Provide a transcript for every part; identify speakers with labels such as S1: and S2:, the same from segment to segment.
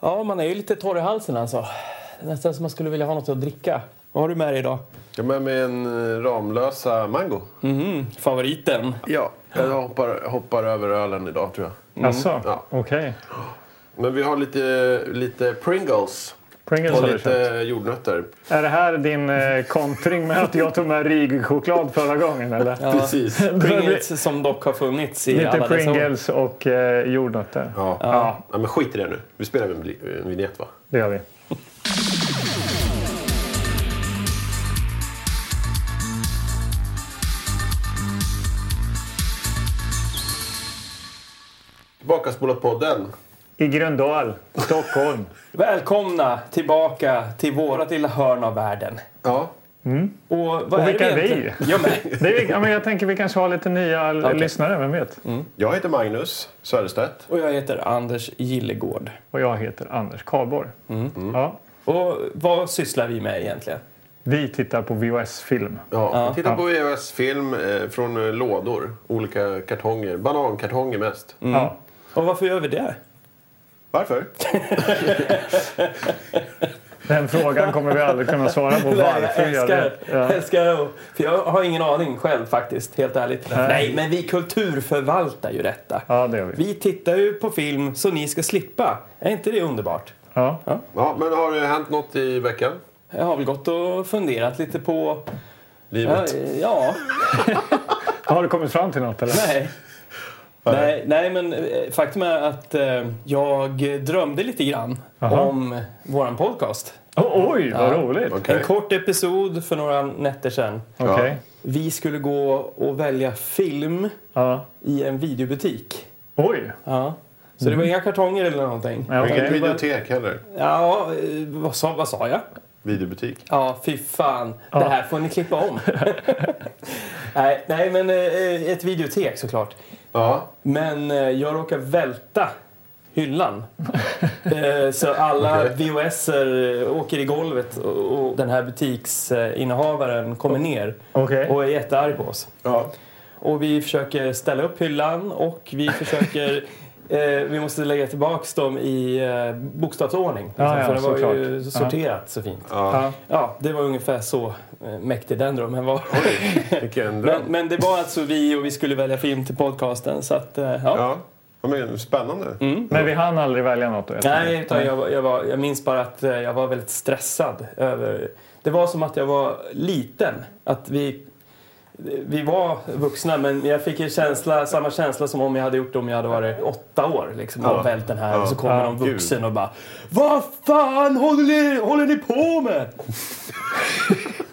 S1: Ja, man är ju lite torr i halsen alltså. Nästan som man skulle vilja ha något att dricka. Vad har du med dig idag?
S2: Jag har med mig en eh, Ramlösa Mango.
S1: Favoriten.
S2: Ja, jag hoppar, hoppar över ölen idag tror jag.
S1: Mm.
S3: Jaså?
S2: Ja.
S3: Okej.
S2: Men vi har lite, lite Pringles
S3: Pringles
S2: och
S3: har du köpt.
S2: lite jordnötter.
S3: Är det här din eh, kontring med att jag tog med Rig-choklad förra gången eller?
S2: Precis.
S1: Pringles som dock har funnits i
S3: Lite
S1: alla dessa år.
S3: Pringles och eh, jordnötter.
S2: Ja. Ja.
S3: Ja,
S2: men skit i det nu. Vi spelar en, bli- en vignett va?
S3: det gör vi.
S2: Bakasbolapodden.
S3: I Gröndal, Stockholm.
S1: Välkomna tillbaka till vårat lilla hörn av världen.
S2: Ja.
S1: Och, vad
S3: Och vilka
S1: är det
S3: vi?
S1: egentligen? Ja, men,
S3: Det är, ja, men jag tänker vi kanske har lite nya l-
S1: Okej. Mm.
S3: lyssnare, vem vet?
S2: Jag heter Magnus Söderstedt.
S1: och jag heter Anders Gillegård.
S3: Och jag heter Anders Karlborg.
S1: Mm.
S3: Ja.
S1: Och vad sysslar vi med egentligen?
S3: Vi tittar på VHS-film.
S2: Ja. vi Tittar på VHS-film eh, från eh, lådor. Olika kartonger. Banankartonger mest.
S1: Mm.
S3: Ja.
S1: Och varför gör vi det?
S2: Varför?
S3: Den frågan kommer vi aldrig kunna svara på. Varför
S1: jag
S3: gör
S1: älskar,
S3: det? Ja.
S1: älskar att- För jag har ingen aning själv faktiskt, helt ärligt. Nej, men vi kulturförvaltar ju detta.
S3: ja, det gör vi.
S1: Vi tittar ju på film så ni ska slippa. Är inte det underbart?
S3: Ja.
S2: Ja, men har det hänt något i veckan?
S1: Jag har väl gått och funderat lite på... Ja,
S2: Livet?
S1: ja
S3: Har du kommit fram till något eller?
S1: nej. Nej, nej, men eh, faktum är att eh, jag drömde lite grann
S3: Aha.
S1: om våran podcast.
S3: Oh, oj, vad
S1: Ja.
S3: roligt! Okej.
S2: Okej.
S1: En kort episod för några nätter sedan. Vi skulle gå och välja film
S3: Ja.
S1: i en videobutik.
S3: Oj!
S1: Ja. Mm. Så det var inga kartonger eller någonting?
S3: Ja,
S2: Inget
S3: okej.
S2: videotek heller.
S1: Ja, eh, vad sa, vad sa jag?
S2: Videobutik.
S1: Ja, fy fan. Det här får ni klippa om. nej, nej, men eh, ett videotek såklart.
S2: Ja.
S1: Men eh, jag råkar välta hyllan. Eh, Så alla
S2: Okej.
S1: VHS-er eh, åker i golvet och och den här butiksinnehavaren kommer ner
S3: Okej.
S1: och är jättearg på oss.
S2: ja.
S1: Och vi försöker ställa upp hyllan och vi försöker Eh, vi måste lägga tillbaks dem i eh, bokstavsordning. liksom,
S3: Ja, ja,
S1: för det var
S3: såklart.
S1: ju
S3: Ja.
S1: sorterat så fint.
S3: Ja.
S1: Ja, det var ungefär så eh, mäktig den drömmen var.
S2: Vilken dröm.
S1: Men, men det var alltså vi och vi skulle välja film till podcasten. Så att, eh, ja.
S2: Ja. ja men, spännande.
S3: Men vi hann aldrig välja något då?
S1: Nej, utan jag, var- jag, var, jag minns bara att eh, jag var väldigt stressad. över... Det var som att jag var liten. Att vi, vi var vuxna, men jag fick en känsla, samma känsla som om jag hade gjort det om jag hade varit åtta år. Liksom, och vält den här. Och så kommer
S3: Ja,
S1: någon vuxen och bara Vad fan håller ni, håller ni på med?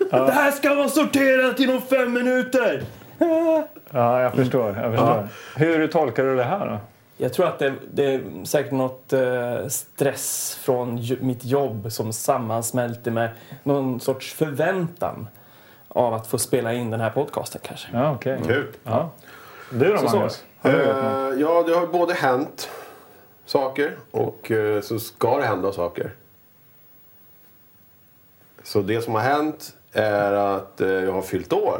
S1: Det här ska vara sorterat inom fem minuter!
S3: Ja, jag förstår. Jag förstår. Hur tolkar du det här då?
S1: Jag tror att det, det är säkert något eh, stress från ju, mitt jobb som sammansmälter med någon sorts förväntan av att få spela in den här podcasten kanske.
S3: Ja, okej.
S2: Kul.
S3: Ja. Du då
S1: så.
S3: Magnus? Har du gjort något?
S2: Mm. Eh, ja, det har både hänt saker och eh, så ska det hända saker. Så det som har hänt är att eh, jag har fyllt år.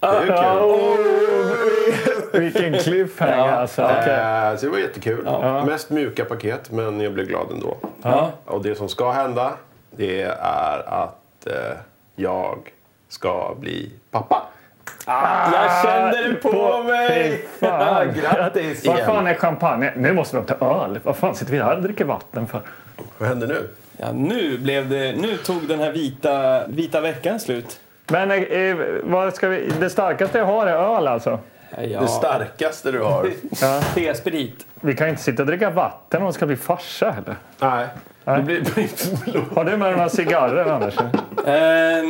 S2: Det är ju kul.
S1: Ah,
S3: Ja, oj, Vilken cliffhanger
S1: Ja.
S3: alltså. Okej.
S2: Eh, så det var jättekul. Mest mjuka paket, men jag blev glad ändå.
S1: Ja.
S2: Och det som ska hända, det är att eh, jag ska bli pappa.
S1: Jag kände det på,
S3: på-
S1: mig!
S3: fy
S1: Ja,
S3: fan.
S1: grattis!
S3: Vad fan är champagne? Nu måste vi upp till öl. Vad fan sitter vi här och dricker vatten för?
S2: Vad händer nu?
S1: Ja, nu, blev det, nu tog den här vita, vita veckan slut.
S3: Men eh, eh, vad ska vi... det starkaste jag har är öl alltså.
S2: Det
S1: Ja,
S2: starkaste du har.
S1: T-sprit.
S3: Vi kan ju inte sitta och dricka vatten om vi ska bli farsa heller.
S2: Nej. Det blir blod.
S3: Har du med dig några cigarrer Anders?
S1: Eh,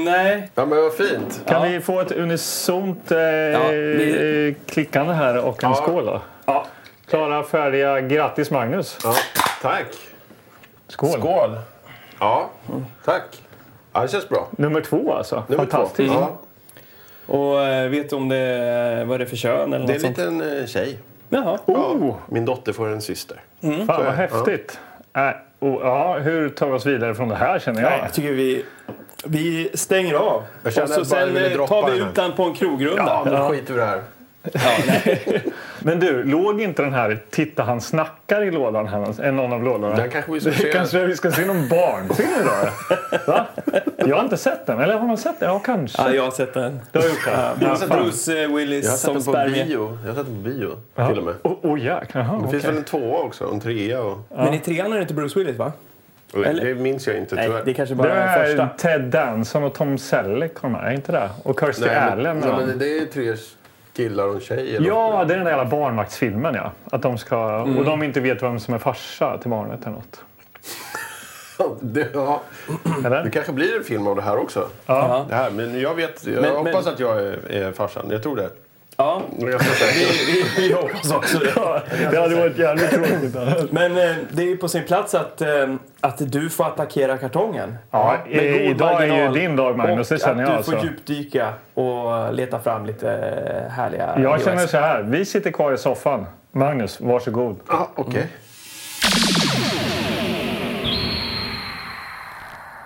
S1: nej,
S2: Ja, men vad fint.
S3: Kan vi få ett unisont eh,
S1: vi-
S3: eh, klickande här och en skål då?
S1: Ja.
S3: Klara, färdiga. Grattis Magnus!
S2: Ja, tack.
S3: Skål!
S2: Skål. Ja, tack. Ja, det känns bra.
S3: Nummer två alltså.
S2: Nummer
S3: Fantastiskt.
S2: Två.
S1: Mm.
S2: Ja,
S1: och eh, vet du om det, vad det är för kön eller
S2: det är
S1: något
S2: en
S1: sånt?
S2: liten eh, tjej.
S1: Jaha.
S3: Oh,
S2: Min dotter får en syster.
S3: fan
S2: Mm.
S3: vad häftigt! Äh, oh, ja, hur tar vi oss vidare från det här känner
S1: Ja,
S3: jag?
S1: jag tycker vi, vi stänger av.
S2: Jag känner
S1: och så
S2: att
S1: sen
S2: bara jag ville
S1: eh,
S2: droppa
S1: tar vi
S2: den här.
S1: ut den på en krogrunda.
S2: Ja, men skit i det här.
S3: Men du, låg inte den här “Titta han snackar” i lådan här, någonstans- en någon av lådorna?
S2: Den kanske vi ska se.
S3: Kanske vi ska se någon barnfilm idag? Va? Jag har inte sett den. Eller har man sett den? Ja, kanske.
S1: Ja, jag har sett den.
S3: Du har gjort det?
S1: Jag har sett Bruce eh,
S2: Jag har
S1: Willis
S2: sett
S1: som
S2: den på
S1: spermie.
S2: bio. Jag har sett den på bio
S3: Ja.
S2: till och med. Det
S3: Åh oh, jäklar. Jaha, okej.
S2: finns väl en tvåa också, en trea och...
S1: Men i trean är det inte Bruce Willis, va? Eller-
S2: Det minns jag inte
S1: Nej,
S2: tyvärr.
S1: det är kanske
S3: Det
S1: bara den
S3: är
S1: första.
S3: Ted Danson och Tom Selleck. kommer här, Är inte det? Och Kirstie
S2: Nej, men,
S3: Allen.
S2: nej,
S3: va?
S2: men det är tre killar och en tjej. eller
S3: Ja, det är den där jävla barnvaktsfilmen ja. Att de ska, Och de inte vet vem som är farsa till barnet eller något.
S2: något. det, ja. det
S3: Eller?
S2: kanske blir en film av det här också.
S1: Ja.
S2: Det här, men jag vet, jag
S1: Men-
S2: hoppas
S1: men-
S2: att jag är, är farsan. Jag tror det.
S1: Ja,
S2: Jag ska säga.
S1: vi, vi hoppas också det.
S3: Det hade varit jävligt tråkigt.
S1: Men eh, det är ju på sin plats att, eh, att du får attackera kartongen.
S3: Ja,
S1: Med god
S3: i- idag är ju
S1: marginal.
S3: din dag Magnus, det
S1: Och
S3: känner jag
S1: att du får
S3: alltså.
S1: djupdyka och leta fram lite eh, härliga
S3: Jag
S1: VHS.
S3: känner så här, vi sitter kvar i soffan. Magnus, varsågod.
S2: Ah, Okej.
S1: Mm.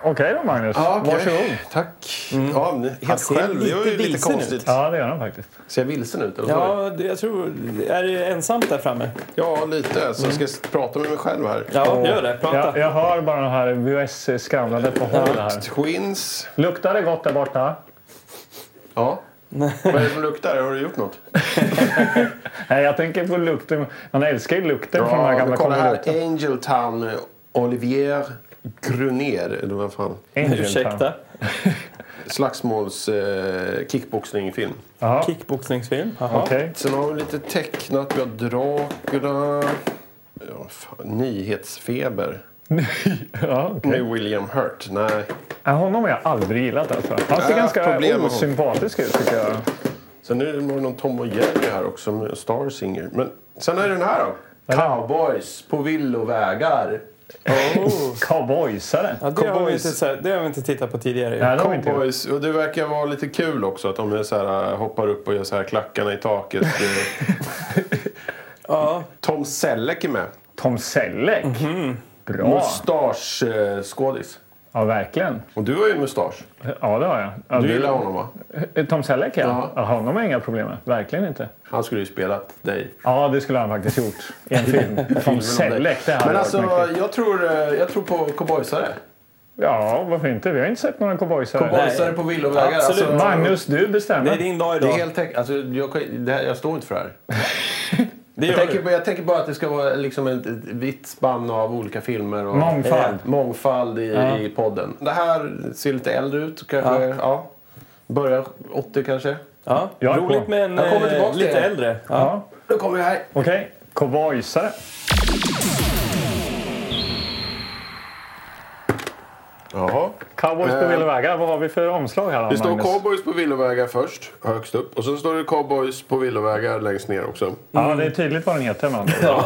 S3: Okej då Magnus,
S2: Ja, okej.
S3: varsågod.
S2: Tack. Ja, men
S1: Han
S2: helt
S1: ser
S2: själv. Det var ju
S1: lite
S2: lite
S1: vilsen
S2: konstigt.
S3: Ja, det gör han faktiskt.
S2: Ser jag vilsen ut? Eller? Ja.
S1: Ja, det- jag tror... Är det ensamt där framme?
S2: ja, lite. Så jag ska s- prata med mig själv här.
S1: Ja, gör det. Prata.
S3: Jag, jag hör bara det här VHS-skramlandet på håll här.
S2: Twins.
S3: Luktar det gott där borta?
S2: Ja. Vad är det som luktar? Har du gjort något?
S3: Nej, jag tänker på lukten. Man älskar ju lukten från de här
S2: Ja,
S3: gamla
S2: kolla här.
S3: konvoluterna.
S2: Angel Town eh, Olivier Gruner. Eller vad fan.
S3: Angel Town.
S1: Ursäkta.
S2: Slagsmåls eh, kickboxningfilm.
S3: Jaha,
S1: Kickboxningsfilm. Jaha.
S3: okej.
S2: Sen har vi lite tecknat. Vi har Dracula. Ja, fan, nyhetsfeber.
S3: Ja, okej.
S2: Med William Hurt. Nej.
S3: Ja, Honom har jag aldrig gillat alltså. Han ser
S2: Äh, problem
S3: ganska
S2: med
S3: osympatisk ut tycker jag.
S2: Sen är det nog någon Tom och Jerry här också med Star Singer. Men sen är det den här då. Cowboys på villovägar.
S1: Oh.
S3: Cowboysare.
S1: Ja, det, har vi inte,
S2: Cowboys.
S1: sett- det har vi inte tittat på tidigare. ju.
S3: Nej, det har vi inte gjort.
S2: Cowboys. Och det verkar vara lite kul också att de är så här, äh, hoppar upp och gör så här klackarna i taket. Eh,
S1: Ja.
S2: Tom Selleck är med.
S3: Tom Selleck.
S1: Mm-hmm.
S3: Bra.
S2: Mustaschskådis.
S3: Ja, verkligen.
S2: eh, Och du har ju mustasch.
S3: Ja, det har jag. Ja,
S2: Du
S3: du- Eh,
S2: gillar honom va?
S3: Tom Selleck, ja.
S2: Ja.
S3: ja. Honom har jag inga problem med. Verkligen inte.
S2: Han skulle ju spela dig.
S3: Ja, det skulle han faktiskt gjort i en film. Tom Selleck, det hade
S2: Men
S3: varit
S2: alltså,
S3: mäktigt.
S2: jag tror, eh, jag tror på cowboysare.
S3: Ja, varför inte? Vi har inte sett några cowboysare.
S1: Cowboy-
S2: Cowboysare på villovägar.
S1: Absolut.
S2: Alltså,
S3: Magnus, du
S1: Det
S3: bestämmer.
S1: är din dag
S2: Det
S1: idag.
S2: är helt täck- alltså, jag, kan- det här, jag står inte för det här.
S1: Det
S2: Jag
S1: gör
S2: tänker,
S1: du.
S2: på- jag tänker bara att det ska vara liksom ett, ett vitt spann av olika filmer. Och,
S3: Mångfald.
S2: Eh, mångfald i,
S3: Ja.
S2: i podden. Det här ser lite äldre ut. Kanske, ja. Börjar 80 kanske.
S1: Ja.
S3: Jag är
S1: Roligt
S3: på.
S1: med en
S2: Jag kommer
S1: eh,
S2: tillbaka till
S1: lite
S2: det.
S1: äldre. Ja.
S3: Ja,
S2: Nu kommer vi här.
S3: okej. Cowboysare.
S2: Jaha.
S3: Cowboys på
S2: Eh,
S3: vilda vägar. Vad har vi för omslag här då,
S2: Det står
S3: Magnus?
S2: cowboys på villovägar först, högst upp. Och sen står det cowboys på villovägar längst ner också.
S3: Ja, det är tydligt vad den heter. Man.
S1: Ja.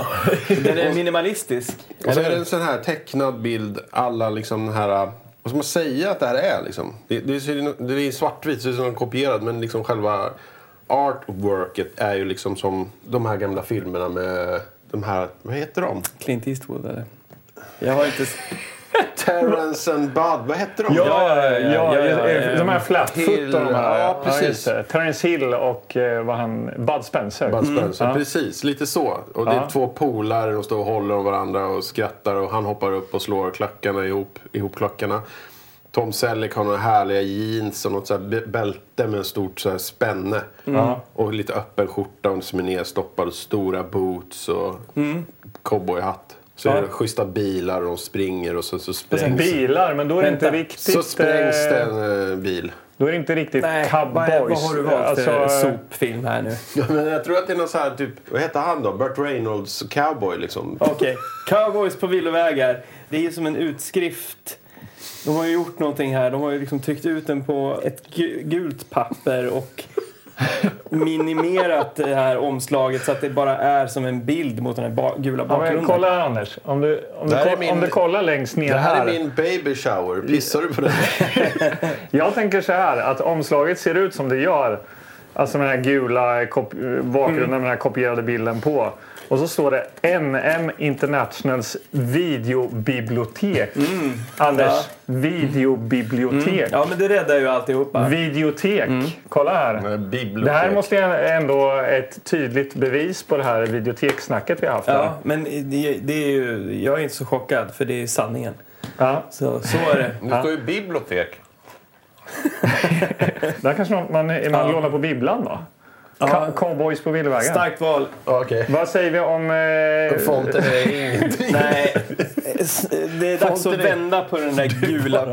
S1: Den är minimalistisk.
S2: Och så är det en sån här tecknad bild, alla liksom den här... Vad ska man säga att det här är liksom? Det, det, ser, ju- det är svartvitt, så det är som kopierat, men liksom själva artworket är ju liksom som de här gamla filmerna med de här... Vad heter de?
S1: Clint Eastwood, eller? Jag har inte... s-
S2: Terrence and Bud, vad hette de?
S3: Ja, ja,
S1: ja, ja, ja.
S3: De här flatfoot och de här.
S2: Ja, precis.
S3: just det. Terrence Hill och eh, vad han, Bud Spencer.
S2: Bud Spencer,
S3: ja.
S2: precis. Lite så. Och det är
S3: Ja.
S2: två polare och står och håller om varandra och skrattar och han hoppar upp och slår klackarna ihop, ihop klackarna. Tom Selleck har några härliga jeans och något så här b- bälte med en stort så här spänne. Och lite öppen skjorta som är nedstoppad och stora boots och cowboyhatt. Så
S1: Ja.
S2: är det schyssta bilar och de springer och så, så sprängs...
S3: Bilar, men då är det inte
S1: Vänta.
S3: riktigt...
S2: så sprängs
S3: eh,
S2: det en eh, bil.
S3: Då är det inte riktigt
S1: Nej, vad,
S3: cowboys.
S1: vad har du valt
S3: Alltså,
S1: för
S3: eh,
S1: sopfilm här nu?
S2: Ja, men jag tror att det är någon så här typ... Vad heter han då? Burt Reynolds cowboy liksom.
S1: Okej. Cowboys på villovägar. Det är ju som en utskrift. De har ju gjort någonting här. De har ju liksom tryckt ut den på ett gu- gult papper och minimerat det här omslaget så att det bara är som en bild mot den här ba- gula
S3: Ja, men
S1: bakgrunden.
S3: kolla här Anders. Om du, om, du,
S2: Det här är
S3: ko-
S2: min-
S3: om du kollar längst ner
S2: Det
S3: här.
S2: här är min baby shower. Pissar du på den?
S3: Jag tänker så här, att omslaget ser ut
S1: Mm.
S3: som det gör. Alltså den här gula kop- bakgrunden med den här kopierade bilden på. Och så står det MM Internationals videobibliotek.
S1: Mm.
S3: Anders, videobibliotek.
S1: Ja, men det räddar ju alltihopa.
S3: Videotek.
S1: Mm.
S3: Kolla här.
S2: Eh,
S3: Det här
S2: Bibliotek.
S3: måste jag ändå ett tydligt bevis på det här videoteksnacket vi har haft. här.
S1: Ja, men det, det är ju, jag är inte så chockad, för det är sanningen.
S3: Ja.
S1: Så, så är det.
S2: Det står ju bibliotek.
S3: Där kanske man, man, man
S1: Ja.
S3: lånar på bibblan då? Ka- Cowboys på villvägen.
S1: Starkt val.
S2: Okej.
S3: Vad säger vi om... Eh,
S2: Fonten är ingenting.
S1: Nej, s- det är dags
S2: Fonten
S1: att
S2: är-
S1: vända på den där gula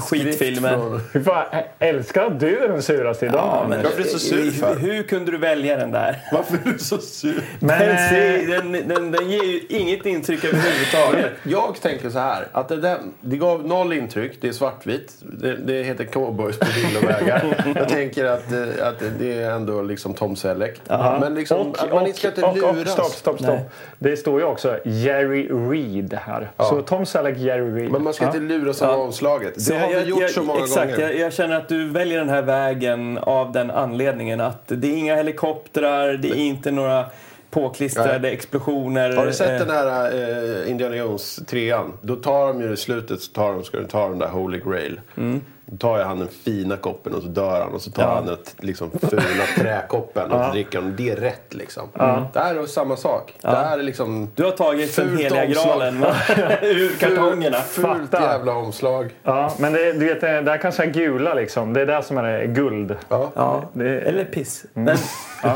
S1: skitfilmen.
S3: fy fan, älskar att du är den suraste idag?
S1: Ja, men,
S2: Varför är du så sur för?
S1: hur, hur kunde du välja den där?
S2: Varför är du så sur?
S3: Men,
S1: Den, ser,
S3: eh,
S1: den, den, den ger ju inget intryck överhuvudtaget.
S2: Jag tänker så här. Att det, där, det gav noll intryck. Det är svartvitt. Det, det heter cowboys på villovägar. jag tänker att, eh, att det är ändå liksom Tom Selleck. Men liksom,
S3: och,
S2: att man
S3: och,
S2: inte ska inte
S3: och, och,
S2: luras.
S3: stopp, stopp, stopp.
S1: Nej.
S3: Det står ju också Jerry Reed här. Så Tom Selleck, Jerry Reed.
S2: Men man ska
S3: Ja.
S2: inte luras av omslaget. Det
S1: Så
S2: har
S1: jag-
S2: vi
S1: jag-
S2: gjort
S1: jag-
S2: så många
S1: exakt,
S2: gånger.
S1: Jag, jag känner att du väljer den här vägen av den anledningen att det är inga helikoptrar, det är inte några påklistrade explosioner.
S2: Har du
S1: Eh,
S2: sett den här eh, Indiana Jones trean? Då tar de ju i slutet så tar de, ska de ta den där Holy Grail.
S3: Mm.
S2: Då tar ju han den fina koppen och så dör han och så tar han den t- liksom, fula träkoppen och så dricker han. Det är rätt liksom. Det här är samma sak. Det här är liksom...
S1: Du har tagit den
S2: Fult
S1: heliga
S2: omslag.
S1: graalen va? ur kartongerna.
S2: Fult
S3: Fatta.
S2: jävla omslag.
S3: Ja, men det, du vet, det där kanske är gula liksom. Det är det som är det guld.
S2: Ja. Mm.
S1: Ja,
S3: Det-
S1: eller piss. Men,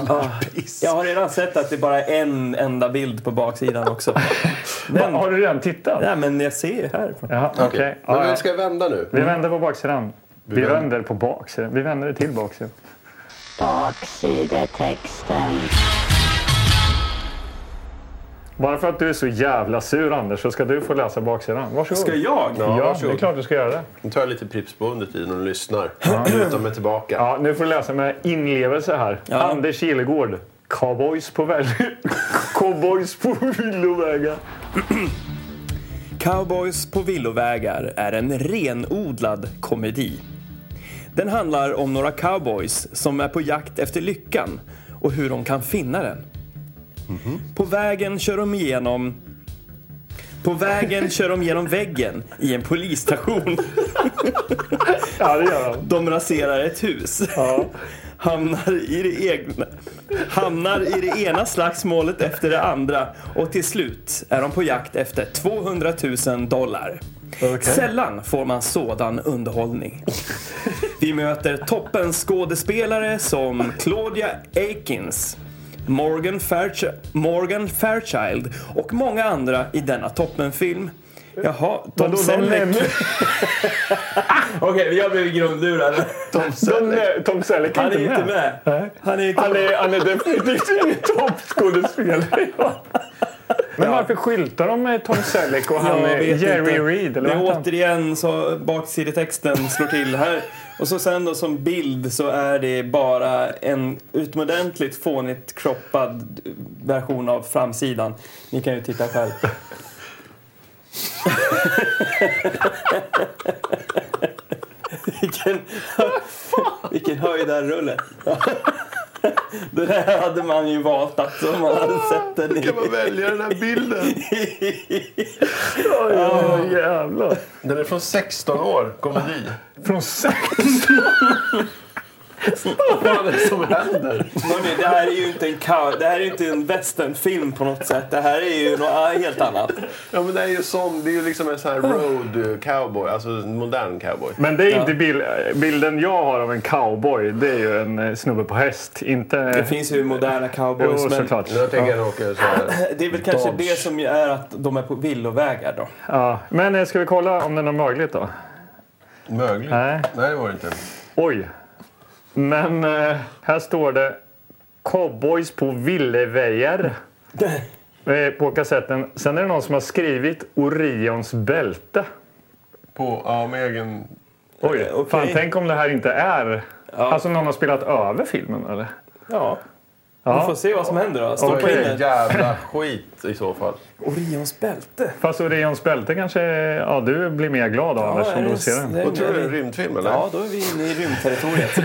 S1: ja. Jag har redan sett att det är bara en enda bild på baksidan också.
S3: Va,
S1: Den,
S3: har du redan tittat?
S1: nej, men jag ser ju härifrån.
S3: Jaha, okej.
S2: Okej.
S3: Ja,
S2: Men
S3: ja.
S2: vi ska vända nu.
S3: Vi vänder på baksidan. Vi
S2: vänder.
S3: vänder på baksidan. Vi vänder det till baksidan.
S4: Baksidetexten.
S3: Bara för att du är så jävla sur Anders så ska du få läsa baksidan. Varsågod.
S1: Ska jag?
S2: Ja,
S3: Ja, det
S2: varsågod.
S3: är klart du ska göra det.
S2: Nu tar jag lite Pripps på under tiden och lyssnar. Lutar mig tillbaka.
S3: Ja, nu får du läsa med inlevelse här. Anders Gillegård. Cowboys på väl... Cowboys på villovägar.
S1: Cowboys på villovägar är en renodlad komedi. Den handlar om några cowboys som är på jakt efter lyckan och hur de kan finna den.
S2: Mhm.
S1: På vägen kör de igenom... På vägen kör de genom väggen i en polisstation.
S3: Ja, det gör han.
S1: De raserar ett hus. Hamnar, i det egna, hamnar i det ena slagsmålet efter det andra och till slut är de på jakt efter 200 000 dollar. Sällan får man sådan underhållning. Vi möter toppen skådespelare som Claudia Akins, Morgan, Fairch- Morgan Fairchild och många andra i denna toppenfilm. Jaha, Tom
S3: Vadå, de
S1: Selleck.
S3: nämner-
S1: Okej, jag blev grundlurad.
S2: Tom
S3: De,
S2: Selleck.
S3: nä- Tom Selleck är
S1: Han är
S3: inte
S1: inte
S3: med.
S1: med. Han är inte
S3: Han är, han är definitivt ingen toppskådespelare. Men varför skyltar de med Tom Selleck och han
S1: Jag
S3: är
S1: vet
S3: Jerry
S1: inte.
S3: Reed?
S1: Det
S3: Eller
S1: är
S3: vad heter
S1: återigen så baksidetexten slår till här. Och så sen då som bild så är det bara en utomordentligt fånigt kroppad version av framsidan. Ni kan ju titta själv. vilken, vilken höjdarrulle. Den här hade man ju valt alltså om man hade sett den i,
S2: Kan man välja den här bilden?
S3: han? Oj, oj, oj, jävlar.
S2: Den är från 16 år, komedi.
S3: Från Selleck?
S2: Vad är det som händer?
S1: Hörrni, det här är ju inte en, cow- det här är ju inte en westernfilm på något sätt. Det här är ju något helt annat.
S2: Ja, men det är ju som, det är ju liksom en sån här road cowboy, alltså en modern cowboy.
S3: Men det är inte bil, bilden jag har av en cowboy. Det är ju en eh, snubbe på häst. Inte...
S1: Det finns ju moderna
S3: Jo,
S1: cowboys, men
S3: såklart.
S2: Jag tänker att han åker så här.
S1: det är väl kanske
S2: Dodge.
S1: det som är att de är på villovägar då.
S3: Ja. Men eh, ska vi kolla om den är mögligt då?
S2: Mögligt?
S3: Nej.
S2: Nej, det var det inte.
S3: Oj. Men eh, här står det Cowboys på villevägar eh, på kassetten. Sen är det någon som har skrivit Orions bälte.
S2: På, ja, med egen...
S3: Oj,
S1: Eh, okej.
S3: fan tänk om det här inte är... Alltså någon har spelat över filmen eller?
S1: Ja. Vi får
S3: Ja,
S1: se vad som händer då. Stoppa
S3: Okej.
S1: in
S2: Vilken
S1: en
S2: jävla skit i så fall.
S1: Orions bälte.
S3: fast Orions bälte kanske... Ja, du blir mer glad av Anders
S1: är
S3: om du
S1: det-
S3: ser den.
S1: det är-
S2: Vad tror du? Rymdfilm eller?
S1: Ja, då är vi inne i rymdterritoriet.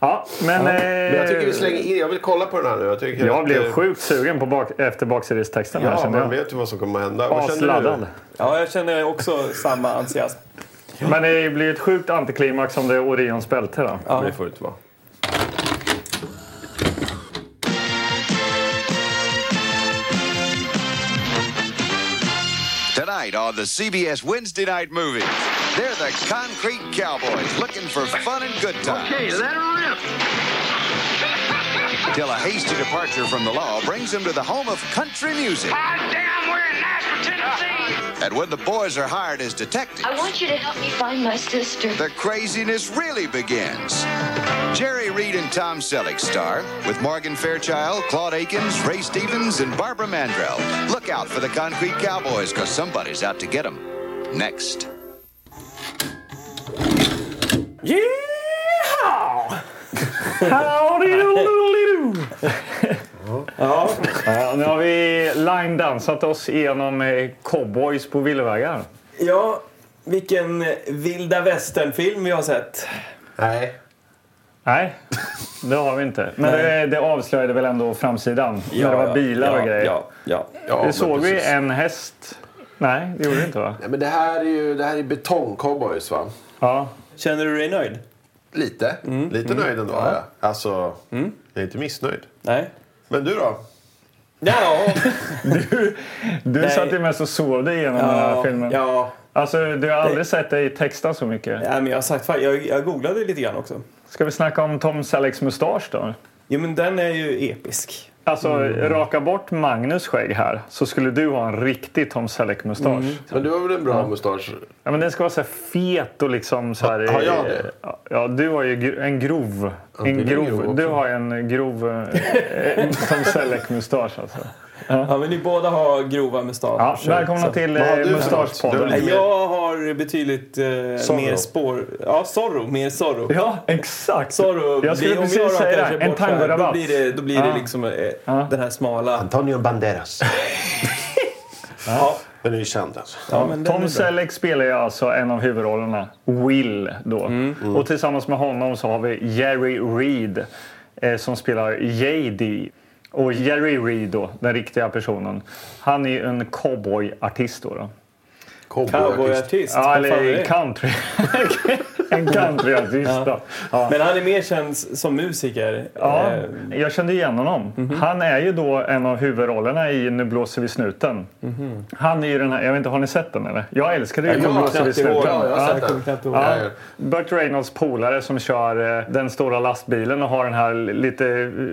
S3: Ja, men... eh,
S2: Men jag tycker vi slänger in, jag vill kolla på den här nu. Jag, tycker
S3: Jag
S2: att,
S3: blev
S2: eh,
S3: sjukt sugen på bak, efter baksidestexten här
S2: Ja,
S3: kände
S2: man
S3: jag.
S2: vet ju vad som kommer hända. Vad kände du?
S3: Asladdad.
S1: Ja, jag känner också samma entusiasm.
S3: Men det blir ett sjukt antiklimax om det är Orions bälte då.
S1: Ja.
S2: Det får det inte vara.
S4: Tonight on the CBS Wednesday Night Movies, they're the Concrete Cowboys looking for fun and good times. Okay, let her rip. Till a hasty departure from the law brings them to the home of country music.
S5: God damn, we're in Nashville, Tennessee.
S4: And when the boys are hired as detectives,
S6: I want you to help me find my sister.
S4: the craziness really begins. Jerry Reed and Tom Selleck star with Morgan Fairchild, Claude Akins, Ray Stevens, and Barbara Mandrell. Look out for the Concrete Cowboys because somebody's out to get them. Next.
S1: Yeah!
S3: Howdy doodly-doo.
S1: Ja,
S3: Ja, nu har vi line-dansat oss igenom eh, cowboys på villovägar.
S1: ja vilken vilda västern-film vi har sett.
S2: Nej.
S3: Nej, det har vi inte. Men det, det avslöjade väl ändå framsidan? när det var bilar
S1: ja,
S3: och grejer.
S1: Ja, ja.
S2: Ja,
S3: Vi
S2: men
S3: såg vi
S2: precis.
S3: en häst? Nej, det gjorde vi inte va?
S2: Nej, men det här är ju det här är betongcowboys va?
S3: Ja.
S1: Känner du dig nöjd?
S2: Lite. Lite nöjd ändå är jag. Alltså, jag är inte missnöjd.
S1: Nej.
S2: Men du då?
S1: Ja,
S3: Du
S1: Nej.
S3: satt ju mest och sov dig igenom den här
S1: ja,
S3: filmen.
S1: ja.
S3: Alltså, du har aldrig sett dig texta så mycket.
S1: Nej, men jag har sagt fan, jag, jag googlade lite grann också.
S3: Ska vi snacka om Tom Sellecks mustasch då?
S1: Jo, men den är ju episk.
S3: Alltså,
S2: Mm.
S3: raka bort Magnus skägg här så skulle du ha en riktig Tom Selleck-mustasch.
S2: Men du har väl en bra mustasch?
S3: Ja, men den ska vara så här fet och liksom så här...
S2: har jag det?
S3: Ja, du har ju gr- en grov...
S2: det
S3: En
S2: är grov också.
S3: grov du har en grov eh, eh, Tom Selleck-mustasch alltså.
S1: Ja, men ni båda har grova
S3: Ja,
S1: mustascher.
S3: välkomna
S1: så-
S3: till
S2: Vad har du
S3: eh,
S2: för något? Du
S3: Mustaschpodden.
S2: har-
S1: Jag har betydligt eh, mer spår... Ja, Zorro. Mer Zorro.
S3: Ja, exakt.
S1: Sorry,
S3: jag skulle
S1: om
S3: precis
S1: rakar
S3: säga
S1: sig
S3: det. En
S1: bort så här, Då
S3: tangorabatt.
S1: blir det, då blir det liksom eh, den här smala...
S2: Antonio Banderas.
S1: Ja,
S2: Den är ju känd alltså.
S1: ja, men den är
S3: Tom
S1: bra.
S3: Selleck spelar ju alltså en av huvudrollerna, Will. Då. Och tillsammans med honom så har vi Jerry Reed eh, som spelar JD. Och Jerry Reed, då, den riktiga personen, han är ju en cowboyartist. Då, då.
S2: Cowboyartist.
S1: Cowboyartist.
S3: Ja,
S1: Vad fan är
S3: eller
S1: det?
S3: country. en countryartist. Då. Ja.
S1: Men han är mer känd som musiker.
S3: Ja,
S1: Eh,
S3: jag kände igen honom. Han är ju då en av huvudrollerna i Nu blåser vi snuten. Han är ju den här, jag vet inte, har ni sett den eller? Jag älskade ju Nu
S1: kommer
S3: blåser vi
S1: knappt ihåg.
S3: snuten.
S2: Ja, jag har
S1: jag
S2: sett
S1: kommer
S2: den.
S1: knappt ihåg.
S3: Ja.
S2: Ja.
S3: Burt Reynolds polare som kör eh, den stora lastbilen och har den här lite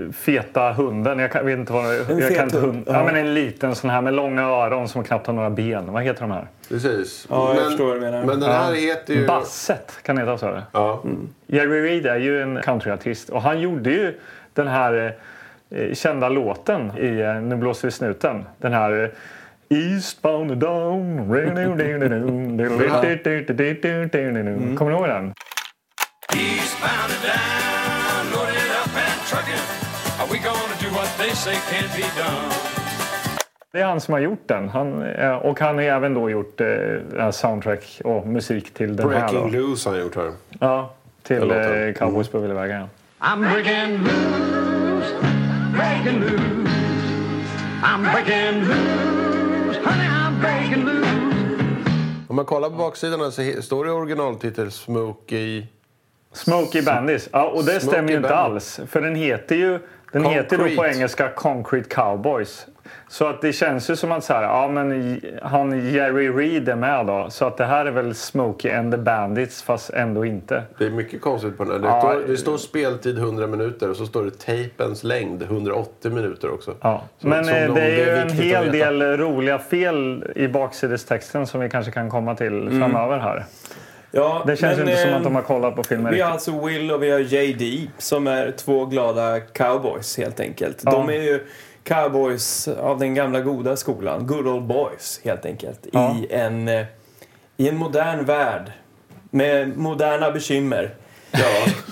S3: eh, feta hunden. Jag kan, vet inte vad
S1: En
S3: jag
S1: fet
S3: kan inte
S1: hund,
S3: hund.
S1: ja.
S3: Ja, men en liten sån här med långa öron som knappt har några ben. Vad heter de här?
S2: Precis.
S1: Ja, jag förstår vad du menar.
S2: Men den här heter ju...
S3: Basset kan det heta så. eller?
S2: Ja.
S3: Jerry Reed är ju en countryartist och han gjorde ju den här eh, kända låten i eh, Nu blåser vi snuten. Den här eh, Eastbound and down. Kommer ni ihåg den?
S7: Eastbound and down, loaded up and trucking. Are we gonna do what they say can't be done?
S3: Det är han som har gjort den. Han, eh, och han har även då gjort eh, eh, soundtrack och musik till den här.
S2: Breaking
S3: Då.
S2: Loose har han gjort här.
S3: Ja, till
S2: låten.
S3: eh, Cowboys på villovägar.
S2: Mm.
S3: ja.
S8: I'm breaking loose, breaking loose. I'm breaking loose, honey, I'm breaking loose.
S2: Om man kollar på baksidan så he- står det i originaltitel Smokey...
S3: Smokey Bandits. Ja, och
S2: Smokey
S3: det stämmer ju inte
S2: Bandits.
S3: alls. För den heter ju den heter då på
S2: Concrete.
S3: engelska Concrete Cowboys. Så att det känns ju som att så här, ja, men J- han Jerry Reed är med då. Så att det här är väl Smokey and the Bandits fast ändå inte.
S2: Det är mycket konstigt på den här. Det,
S3: Ja.
S2: står, det står speltid 100 minuter och så står det tejpens längd 180 minuter också.
S3: Ja.
S2: Som-
S3: Men
S2: som
S3: eh,
S2: om
S3: det är ju en
S2: viktigt att
S3: hel
S2: veta.
S3: del roliga fel i baksidestexten som vi kanske kan komma till
S2: Mm.
S3: framöver här.
S1: ja,
S3: Det känns
S1: men,
S3: inte som
S1: eh,
S3: att de har kollat på filmen
S1: Vi har
S3: riktigt.
S1: alltså Will och vi har JD som är två glada cowboys helt enkelt. De är ju cowboys av den gamla goda skolan, good old boys helt enkelt.
S3: Ja.
S1: I, en, eh, I en modern värld med moderna bekymmer.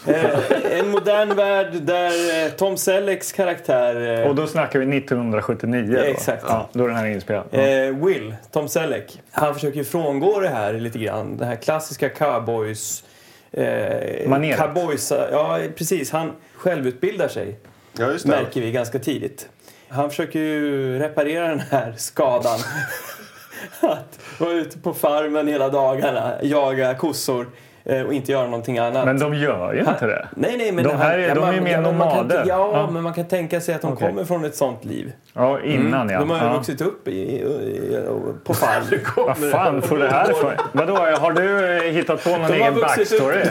S1: Eh, en modern värld där eh, Tom Sellecks karaktär eh,
S3: Och då snackar vi 1979. Då.
S1: Exakt.
S3: Ja, då är den här inspelad. Ja.
S1: Eh, Will, Tom Selleck, han försöker ju frångå det här lite grann. Det här klassiska cowboys eh,
S3: Maneret.
S1: cowboys. Ja, precis. Han självutbildar sig,
S2: Ja, just det.
S1: märker vi ganska tidigt. Han försöker ju reparera den här skadan. Att vara ute på farmen hela dagarna, jaga kossor eh, och inte göra någonting annat.
S3: Men de gör ju inte det.
S1: Nej, nej, men
S3: De här
S1: han-
S3: är- de
S1: man-
S3: är mer
S1: men man kan
S3: nomader.
S1: tänka- Ja,
S3: Ja.
S1: men man kan tänka sig att de
S3: Okej.
S1: kommer från ett sånt liv.
S3: Ja, innan ja.
S1: Mm. De har ju
S3: ja.
S1: vuxit upp i, i, i, på farm.
S3: Vad fan får det här ifrån? Vadå, har du eh, hittat på någon
S1: har
S3: egen
S1: vuxit upp-
S3: backstory?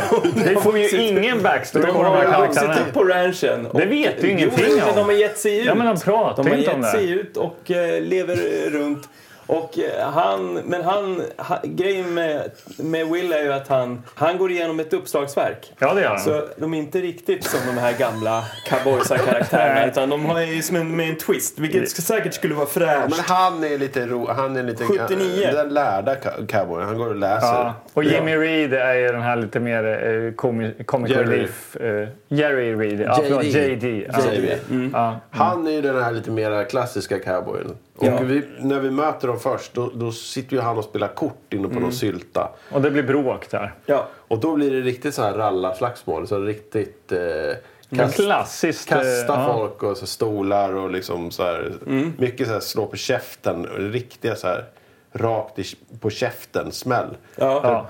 S3: Vi får ju ingen backstory
S1: De
S3: på de här
S1: har vuxit
S3: karaktärerna.
S1: upp på ranchen. Och
S3: Det vet du ingenting
S1: jo, men
S3: om.
S1: de har gett sig ut.
S3: Ja, men de pratar
S1: de har
S3: inte om
S1: gett
S3: det.
S1: sig ut och eh, lever eh, runt. Och eh, han, men han, ha, grejen med, med Will är ju att han, han går igenom ett uppslagsverk.
S3: Ja, det gör han.
S1: Så de är inte riktigt som de här gamla cowboysar-karaktärerna utan de har ju som en, med en twist, vilket säkert skulle vara
S2: Men
S1: fräscht.
S2: han är lite ro, han är lite
S1: 79.
S2: den lärda ca- cowboyen. Han går och läser.
S3: Ja. Och Jimmy Reed är ju den här lite mer eh, komi- comic
S2: Jerry.
S3: relief. eh, Jerry Reed. Ja,
S2: JD.
S3: förlåt, JD. Ja.
S2: Säger vi.
S3: Ja.
S2: Han är ju den här lite mer klassiska cowboyen. Och
S1: Ja.
S2: vi, när vi möter dem först då, då sitter ju han och spelar kort inne på
S3: Mm.
S2: någon sylta.
S3: Och det blir bråk där.
S1: Ja.
S2: Och då blir det riktigt så här rallarslagsmål. Så riktigt eh,
S3: Men
S2: kast,
S3: klassiskt. eh,
S2: kasta
S3: ja. Mm.
S2: folk och så stolar och liksom så här, mycket så här slå på käften. Och Riktiga så här rakt i, på käften smäll.
S1: Ja.
S3: Ja.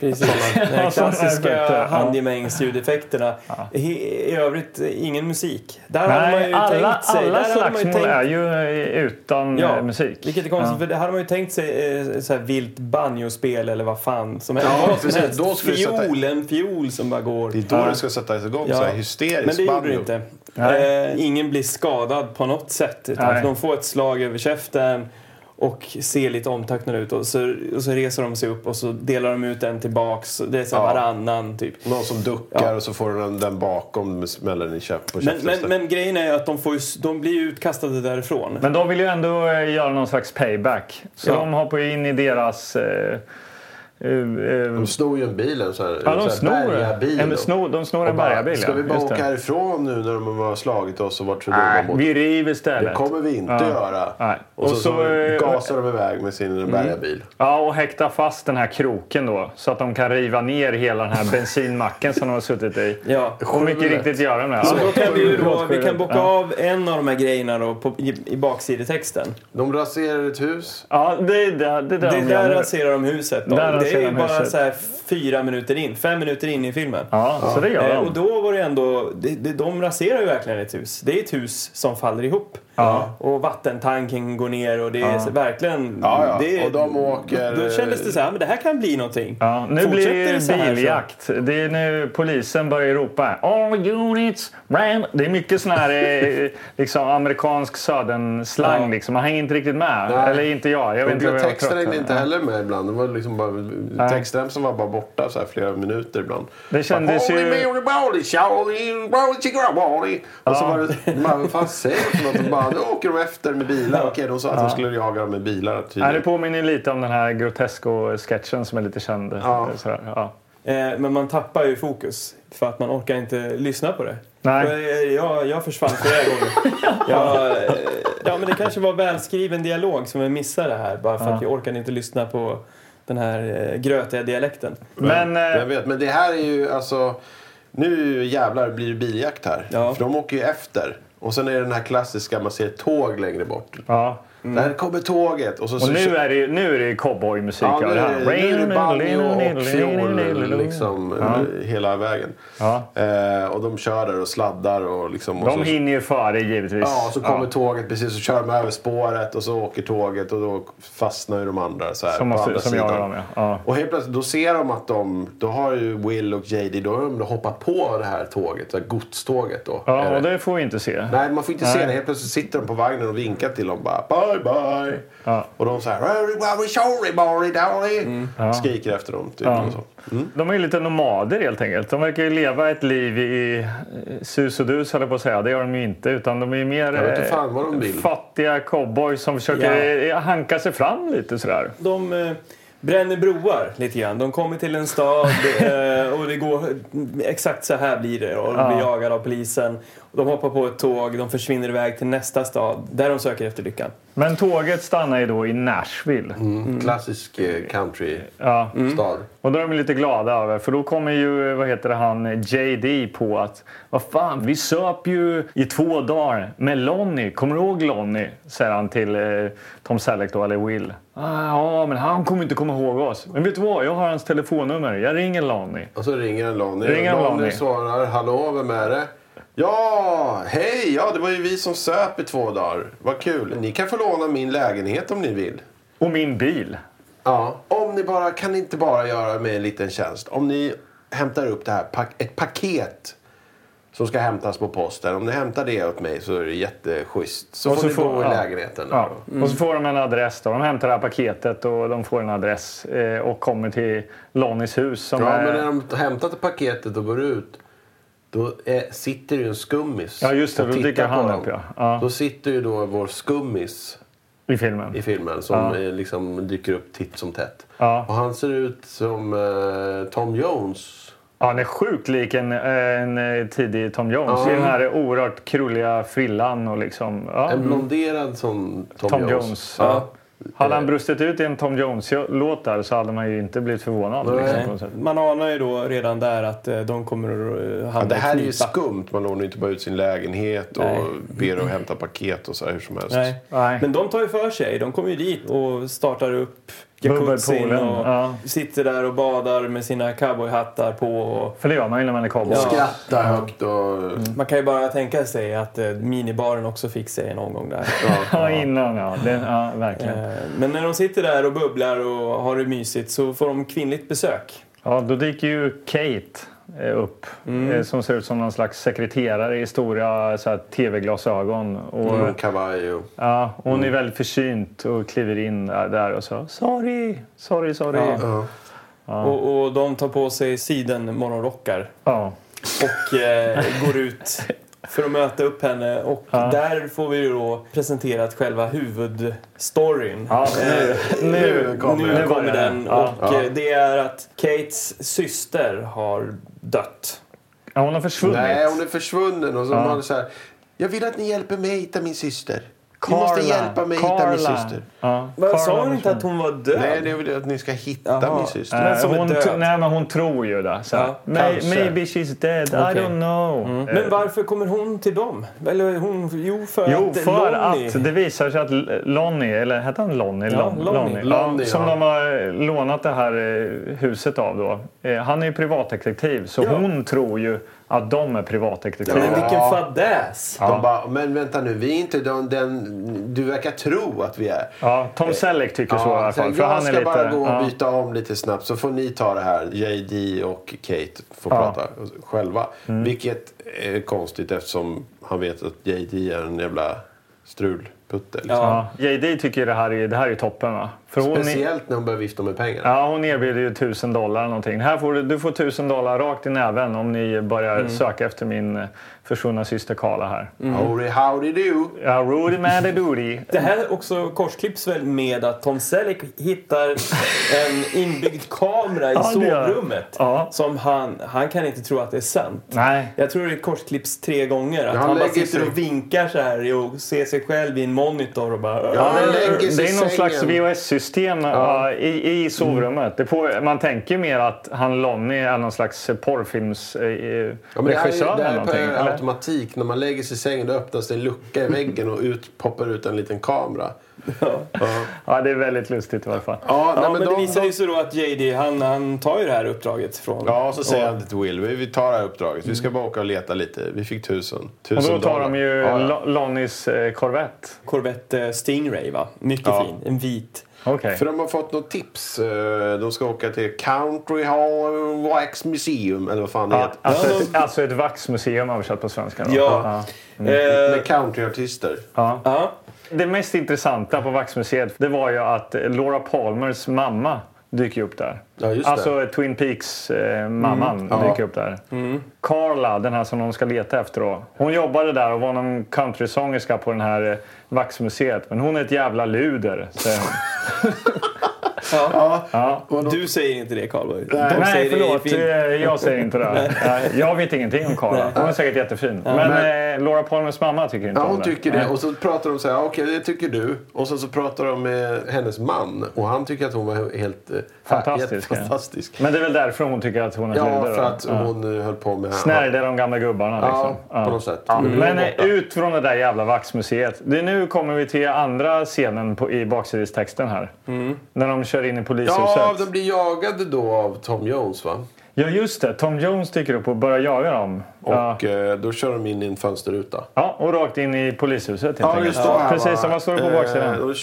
S1: Precis. De här
S3: sådana effekter,
S1: klassiska
S3: ja.
S1: handgemängsljudeffekterna. I, I övrigt eh, ingen musik. Där hade man
S3: Nej,
S1: ju
S3: alla,
S1: tänkt sig...
S3: alla
S1: där hade man ju
S3: slagsmål
S1: tänkt-
S3: är ju eh, utan
S1: Ja,
S3: eh, musik.
S1: Vilket är konstigt,
S3: Ja.
S1: för det hade man ju tänkt sig eh, så här vilt banjospel eller vad fan som helst.
S2: Ja,
S1: Vad som
S2: precis.
S1: helst.
S2: Då skulle du sätta-
S1: fiol, en fiol som bara går.
S2: Det är då det ska sättas igång så här hysteriskt.
S1: Men det gjorde
S2: banjo.
S1: det inte.
S3: Nej.
S1: Eh, ingen blir skadad på något sätt. Utan
S3: Nej.
S1: att de får ett slag över käften och ser lite omtöcknade ut. Och så, och så reser de sig upp och så delar de ut en tillbaks. Det är så här
S2: Ja.
S1: varannan typ.
S2: Någon som duckar och så får den, den bakom med smällen i käft på
S1: Men,
S2: käften.
S1: men, men grejen är ju att de, får ju, s- de blir ju utkastade därifrån.
S3: Men de vill ju ändå eh, göra någon slags payback. Så
S1: Ja.
S3: de hoppar ju in i deras... Eh, eh, eh,
S2: De snor ju en bil, en sån här,
S3: ja, de
S2: en sån här
S3: snor,
S2: bärgarbil.
S3: en,
S2: och-
S3: snor, de snor
S2: och
S3: en
S2: bara,
S3: bärgarbil.
S2: Ska
S3: ja,
S2: vi bara
S3: just det.
S2: åka härifrån nu när de har slagit oss och varit så dumma
S3: Nej,
S2: mot?
S3: vi river
S2: Det
S3: istället.
S2: kommer vi inte
S3: Ja.
S2: göra.
S3: Nej.
S2: Och, så,
S3: Och
S2: så,
S3: så, eh, Mm.
S2: gasar de iväg med sin bärgarbil.
S3: Ja, och häkta fast den här kroken då så att de kan riva ner hela den här bensinmacken som de har suttit i.
S1: Ja.
S3: Och mycket riktigt gör de det.
S1: Så då kan vi ju då, vi kan bocka
S3: Ja.
S1: av en av de här grejerna då på, i, i baksidetexten.
S2: De raserar ett hus.
S3: Ja, det är där, det är
S1: Det
S3: där, de
S1: är
S3: gör
S1: där
S3: nu.
S1: raserar de huset då.
S3: Där
S1: det är
S3: raserar
S1: ju
S3: de
S1: bara
S3: huset.
S1: så här fyra minuter in, fem minuter in i filmen.
S3: Ja, så det gör
S1: Eh,
S3: de.
S1: Och då var det ändå, de, de, de raserar ju verkligen ett hus. Det är ett hus som faller ihop.
S3: Ja.
S1: Och vattentanken går ner och det är så- verkligen...
S2: Ja, ja.
S1: Det, är-
S2: Och de åker-
S1: Då, då kändes det så här, men det här kan bli någonting.
S3: Ja, nu blir det
S1: så här
S3: ju
S1: så-
S3: biljakt. Det är nu polisen börjar ropa All units ran. Det är mycket sån här eh, liksom, amerikansk södernslang.
S1: Ja.
S3: Liksom. Man hänger inte riktigt med.
S2: Nej.
S3: Eller inte jag. Jag vet inte
S2: Men
S3: vad jag
S2: texterna
S3: pratar
S2: är
S3: om.
S2: inte heller med ibland. Det var liksom bara, textremsan var bara borta så här flera minuter ibland.
S3: Det kändes ju-
S2: Holy Mary Bowley, Charlie, Bowley, Chigra Bowley. Och så var det... Man, vad fan säger de för något? De bara, nu åker de efter med bilar. Okej, de sa att de skulle jaga dem med bilar
S3: Nej, det
S2: tydligen.
S3: påminner lite om den här Grotesco-sketchen som är lite känd.
S2: Ja.
S3: eh, Sådär. Ja.
S1: Eh, Men man tappar ju fokus för att man orkar inte lyssna på det.
S3: Nej.
S1: Och, eh, Jag, jag försvann flera gånger. Jag, eh, ja, men det kanske var välskriven dialog som jag missade här bara för att jag orkade inte lyssna på den här eh, grötiga dialekten.
S3: Men, eh,
S2: Jag vet, men det här är ju alltså... Nu jävlar blir det biljakt här.
S1: Ja.
S2: För de åker ju efter. Och sen är det den här klassiska, man ser ett tåg längre bort.
S3: ja.
S2: Där kommer tåget. Och, så,
S3: Mm. Och nu är det ju, nu är det ju cowboymusik.
S2: Ja,
S3: ja,
S2: nu
S3: det här.
S2: är det, nu är det banjo och fiol liksom, eh, hela vägen.
S3: Ja.
S2: Eh, och de kör där och sladdar och liksom... Och
S3: De
S2: så,
S3: hinner ju före givetvis.
S2: ja, och så kommer
S3: Ja.
S2: tåget precis och kör de över spåret och så åker tåget och då fastnar ju de andra så här
S3: Som
S2: på
S3: måste-
S2: andra
S3: som
S2: sidan.
S3: jagar dem, ja. Ja.
S2: Och helt plötsligt då ser de att de, då har ju Will och JD, då har de hoppat på det här tåget, det här godståget då. är
S3: Ja,
S2: det.
S3: och det får vi inte se.
S2: Nej, man får inte se
S3: Nej.
S2: det. Helt plötsligt sitter de på vagnen och vinkar till dem bara bye bye.
S3: Ja.
S2: Och de så här "Rory, rory, sorry, Barry Dolly. Skriker efter dem typ. Och så.
S3: De är ju lite nomader helt enkelt. De verkar ju leva ett liv i eh, sus och dus, höll jag på att säga. Det gör de ju inte. Utan de är ju mer
S2: vet inte
S3: eh,
S2: fan vad de vill.
S3: fattiga cowboys som försöker
S1: Ja.
S3: eh, hanka sig fram lite sådär.
S1: De eh, bränner broar lite grann. De kommer till en eh, stad eh, och det går exakt så här blir det och de blir jagade av polisen. De hoppar på ett tåg, de försvinner iväg till nästa stad där de söker efter lyckan.
S3: Men tåget stannar ju då i Nashville.
S2: Mm. Klassisk eh, country-stad.
S3: Ja. Och då är de lite glada över, för då kommer ju vad heter det, han JD på att vad fan, vi söp ju i två dagar med Lonnie. Kommer du ihåg Lonnie? Säger han till eh, Tom Selleck då, eller Will. Ah, ja, men han kommer inte komma ihåg oss. Men vet du vad? Jag har hans telefonnummer. Jag ringer Lonnie.
S2: Och så ringer en Lonnie.
S3: Ringer en
S2: Lonnie
S3: Lonnie.
S2: svarar. Hallå, vem är det? Ja, hej! Ja, det var ju vi som söp i två dagar. Vad kul. Ni kan få låna min lägenhet om ni vill.
S3: Och min bil.
S2: Ja, om ni bara kan ni inte bara göra mig en liten tjänst. Om ni hämtar upp det här, pak- ett paket som ska hämtas på posten. Om ni hämtar det åt mig så är det jätteschysst. Så,
S3: Och
S2: får
S3: så
S2: ni
S3: får-
S2: bo i
S3: ja.
S2: lägenheten.
S3: Ja. Och så får de en adress. Då. De hämtar det här paketet och de får en adress eh, och kommer till Lonnies hus. Som
S2: Ja,
S3: är...
S2: men när de har hämtat paketet och går ut då är, sitter ju en skummis
S3: Ja, just det,
S2: och
S3: då
S2: tittar
S3: dyker
S2: på
S3: han
S2: dem.
S3: upp, ja. Ja.
S2: Då sitter ju då vår skummis
S3: I filmen.
S2: i filmen som eh, liksom dyker upp titt som tätt.
S3: Ja.
S2: Och han ser ut som eh, Tom Jones.
S3: Ja, han är sjukt lik en, en eh, tidig Tom Jones
S2: Ja.
S3: i den här oerhört krulliga frillan. Och liksom, ja.
S2: En blonderad som Tom,
S3: Tom
S2: Jones.
S3: Jones,
S2: Ja.
S3: Hade han brustit ut i en Tom Jones-låt där så hade man ju inte blivit förvånad. Liksom, på något sätt.
S1: Man anar ju då redan där att eh, de kommer att eh, hamna
S2: Ja, det här är
S1: i
S2: ju
S1: knipa.
S2: skumt. Man lånar ju inte bara ut sin lägenhet och
S1: Nej.
S2: ber att hämta paket och så här hur som helst.
S1: Nej.
S3: Nej.
S1: Men de tar ju för sig. De kommer ju dit och startar upp jacuzzin
S3: Bubbelpoolen,
S1: och
S3: ja.
S1: sitter där och badar med sina cowboyhattar på. Och
S3: För det gör man ju när man är cowboy.
S1: Ja.
S2: Skrattar högt och...
S1: man kan ju bara tänka sig att eh, minibaren också fick sig en omgång där.
S3: Ja, innan ja. Det, ja verkligen.
S1: Eh, Men när de sitter där och bubblar och har det mysigt så får de kvinnligt besök.
S3: Ja, då dyker ju Kate eh, upp
S2: Mm.
S3: eh, som ser ut som någon slags sekreterare i stora så här, tv-glasögon. Och,
S2: Och kavaj och...
S3: ja, hon
S2: Mm.
S3: är väldigt försynt och kliver in där, där och så “Sorry, sorry, sorry”. Ja.
S1: Och, och de tar på sig sidenmorgonrockar och eh, går ut för att möta upp henne. Och där får vi ju då presenterat själva huvudstoryn.
S3: Ja, nu, nu,
S2: Eh, Nu kommer
S1: Nu
S2: den.
S1: kommer den.
S3: Ja.
S1: Och eh, det är att Kates syster har dött.
S3: Ja, hon har försvunnit.
S2: Nej, hon är försvunnen. Och så har man så här, jag vill att ni hjälper mig hitta min syster. Ni måste
S3: Carla,
S2: hjälpa mig hitta min
S3: Carla.
S2: syster.
S3: Ja,
S1: Vad
S3: Carla
S1: sa hon inte
S3: försvunnit.
S1: att hon var död?
S2: Nej, det vill jag att ni ska hitta
S1: Jaha.
S2: min syster.
S1: Nej.
S3: Nej,
S1: som är
S3: Eh, hon
S1: död.
S3: tro- nej, men hon tror ju det. Så här,
S1: Ja,
S3: "May-
S2: kanske.
S3: maybe she's dead, I
S1: Okej. Mm.
S3: don't know. Eh,
S1: Men varför kommer hon till dem? Eller hon, jo, för
S3: Jo,
S1: att
S3: för
S1: Lonnie...
S3: att det visar sig att L- Lonnie, eller hette han Lonnie?
S1: Ja,
S3: Lon-
S1: Lonnie.
S2: Lonnie,
S3: ja, som
S2: ja.
S3: de har lånat det här eh, huset av då. Eh, Han är ju privatdetektiv, så hon tror ju att de är privatdetektiver.
S1: Men
S2: Ja.
S1: vilken fadäs!
S2: De bara, men vänta nu, vi är inte den, den du verkar tro att vi är.
S3: Ja, Tom Selleck tycker så i alla
S2: så
S3: fall.
S2: jag
S3: För han
S2: ska
S3: är lite,
S2: bara gå
S3: ja.
S2: och byta om lite snabbt så får ni ta det här. JD och Kate får prata själva. Vilket är konstigt eftersom han vet att JD är en jävla strulputte. Liksom.
S3: Ja. JD tycker ju det här är, det här är toppen va? För hon är-
S2: Speciellt när hon börjar vifta med pengar.
S3: Ja, hon erbjuder ju 1000 dollar eller någonting. Här får du, du får 1000 dollar rakt i näven om ni börjar
S2: Mm.
S3: söka efter min eh, försvunna syster Carla här.
S2: Howdy, howdy do!
S3: Ja, Rudy Maddy Doody.
S1: Det här också korsklipps väl med att Tom Selleck hittar en inbyggd kamera i
S3: Ja, det gör han.
S1: sovrummet.
S3: Ja.
S1: Som han, han kan inte tro att det är sant.
S3: Nej.
S1: Jag tror det korsklipps tre gånger. Att
S2: Ja, han
S1: han bara
S2: lägger
S1: sitter
S2: sig.
S1: och vinkar så här och ser sig själv i en monitor och bara...
S2: Ja, han lägger sig
S3: Det
S2: i
S3: är någon slags
S2: sängen.
S3: VHS-system ja, i, i
S2: Mm.
S3: sovrummet. Det på, man tänker ju mer att han Lonnie är någon slags eh, porrfilmsregissör
S2: Ja, men det här är, det
S3: eller
S2: här
S3: någonting.
S2: är per
S3: eller?
S2: automatik. När man lägger sig i sängen då öppnas det en lucka i väggen och ut, poppar ut en liten kamera.
S3: Ja, det är väldigt lustigt i alla fall.
S2: Ja,
S1: Ja,
S2: nej,
S1: men
S2: men
S1: det
S2: de-
S1: visar
S2: de-
S1: ju sig då att JD, han, han tar ju det här uppdraget från...
S2: Ja, så säger han till Will, vi vi tar det här uppdraget. Vi ska bara åka och leta lite. Vi fick tusen.
S3: Och
S2: tusen
S3: Mm. då tar de
S2: dollar.
S3: ju
S2: Ja, ja.
S3: Lo- Lonnies eh, Corvette.
S1: Corvette eh, Stingray va? Mycket
S2: Ja.
S1: fin. En vit.
S3: Okej.
S2: För de har fått något tips. Eh, De ska åka till Country Hall Wax Museum, eller vad fan det
S3: Ja,
S2: heter.
S3: alltså,
S1: Ja,
S3: ett, alltså ett vaxmuseum översatt på svenska. då.
S1: Ja. Eh,
S3: Mm.
S2: Med countryartister.
S1: ja.
S3: Det mest intressanta på Vaxmuseet det var ju att Laura Palmers mamma dyker upp där.
S2: Ja, just det.
S3: alltså Twin Peaks-mamman dyker upp där. Carla, den här som de ska leta efter då. Hon jobbade där och var någon countrysångerska på den här eh, Vaxmuseet. Men hon är ett jävla luder, säger hon.
S2: Ja.
S3: Ja.
S2: Och då,
S1: Du säger inte det Karlborg. De
S3: Nej,
S1: säger det i
S3: förlåt.
S1: film.
S3: eh, Jag säger inte det. Nej, Jag vet ingenting om Cara. Hon är säkert jättefin. Men eh, Laura Palmers mamma tycker inte
S2: ja,
S3: om
S2: hon
S3: det.
S2: tycker det.
S3: Nej.
S2: Och så pratar de så här, okej det tycker du. Och så, så pratar de med hennes man och han tycker att hon var helt eh,
S3: Fantastisk, ja.
S2: fantastisk.
S3: Men det är väl därför hon tycker att hon är
S2: Ja,
S3: luder,
S2: för
S3: då.
S2: att
S3: Ja.
S2: hon eh, höll på med...
S3: Snärjde de gamla gubbarna liksom.
S2: Ja, på något sätt.
S3: Ja,
S2: Mm.
S3: Men
S2: Borta.
S3: eh, ut från det där jävla vaxmuseet. Det, nu kommer vi till andra scenen på, i baksidestexten här. När de kör in i polishuset.
S2: Mm. Ja, de blir jagade då av Tom Jones va?
S3: Ja, just det. Tom Jones dyker upp och börjar jaga dem. ja.
S2: Och eh, då kör de in i en fönsterruta.
S3: ja, och rakt in i polishuset helt
S2: Ja,
S3: enkelt.
S2: just det. Här, va?
S3: Precis som vad står det på
S2: Eh,
S3: baksidan?
S2: då k-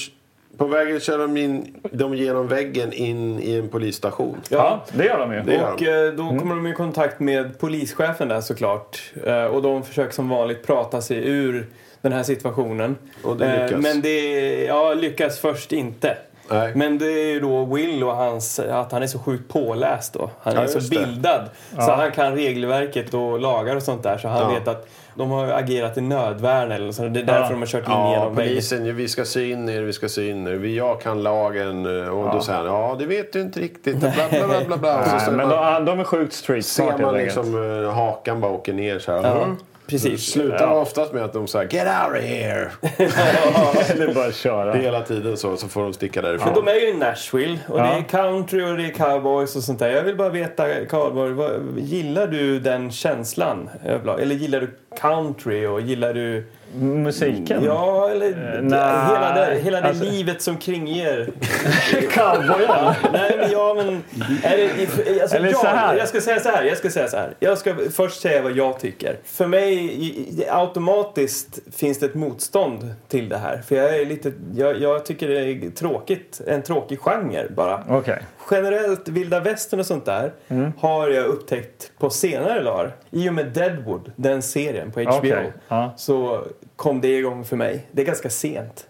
S2: På vägen kör de, in, de genom väggen in i en polisstation.
S3: Ja, det gör de ju.
S2: Det gör
S1: Och
S2: de.
S1: eh, då kommer de i kontakt med polischefen där såklart. Eh, Och de försöker som vanligt prata sig ur den här situationen.
S2: Och det
S1: Eh,
S2: lyckas.
S1: Men det ja, lyckas först inte.
S2: Nej.
S1: Men det är ju då Will och hans, att han är så sjukt påläst då. Han
S2: Ja,
S1: är
S2: just
S1: så
S2: det.
S1: bildad. Så han kan regelverket och lagar och sånt där. Så han
S2: Ja.
S1: vet att de har agerat i nödvärn eller så. Det är därför
S3: Ja.
S1: de har kört in
S2: Ja,
S1: genom väggen.
S2: polisen, ju, vi ska se in er, vi ska se in er. Vi, jag kan lagen. eh, Och då säger han, ja det vet du inte riktigt. och Bla, bla, bla, bla, bla. Och så
S3: Nej,
S2: ser
S3: men
S2: man,
S3: de, de är sjukt street smart
S2: ser man
S3: helt enkelt.
S2: liksom eh, hakan bara åker ner så här.
S1: Ja,
S2: Mm. Det
S1: precis.
S2: slutar oftast med att de säger “Get out of here!” liksom-
S3: Eller bara köra.
S2: hela tiden så, så får de sticka därifrån.
S1: Men de är ju i Nashville och det är
S3: Ja.
S1: country och det är cowboys och sånt där. Jag vill bara veta, Karlborg, vad- gillar du den känslan? överlag? Eller gillar du country och gillar du...
S3: Musiken.
S1: Ja, eller
S3: Mm. Eh, nej.
S1: hela det, hela det
S3: Alltså-
S1: livet som kringger.
S3: Cowboyen.
S1: Nej, men ja, men... Är det, alltså,
S3: Eller
S1: jag,
S3: så här.
S1: jag ska säga så här. Jag ska säga så här. Jag ska först säga vad jag tycker. För mig i- i- automatiskt finns det ett motstånd till det här. För jag är lite... Jag, jag tycker det är tråkigt. En tråkig genre bara.
S3: Okej.
S1: Generellt, vilda västern och sånt där
S3: Mm.
S1: har jag upptäckt på senare dagar. I och med Deadwood, den serien på HBO,
S3: Okej, ja.
S1: så kom det igång för mig. Det är ganska sent.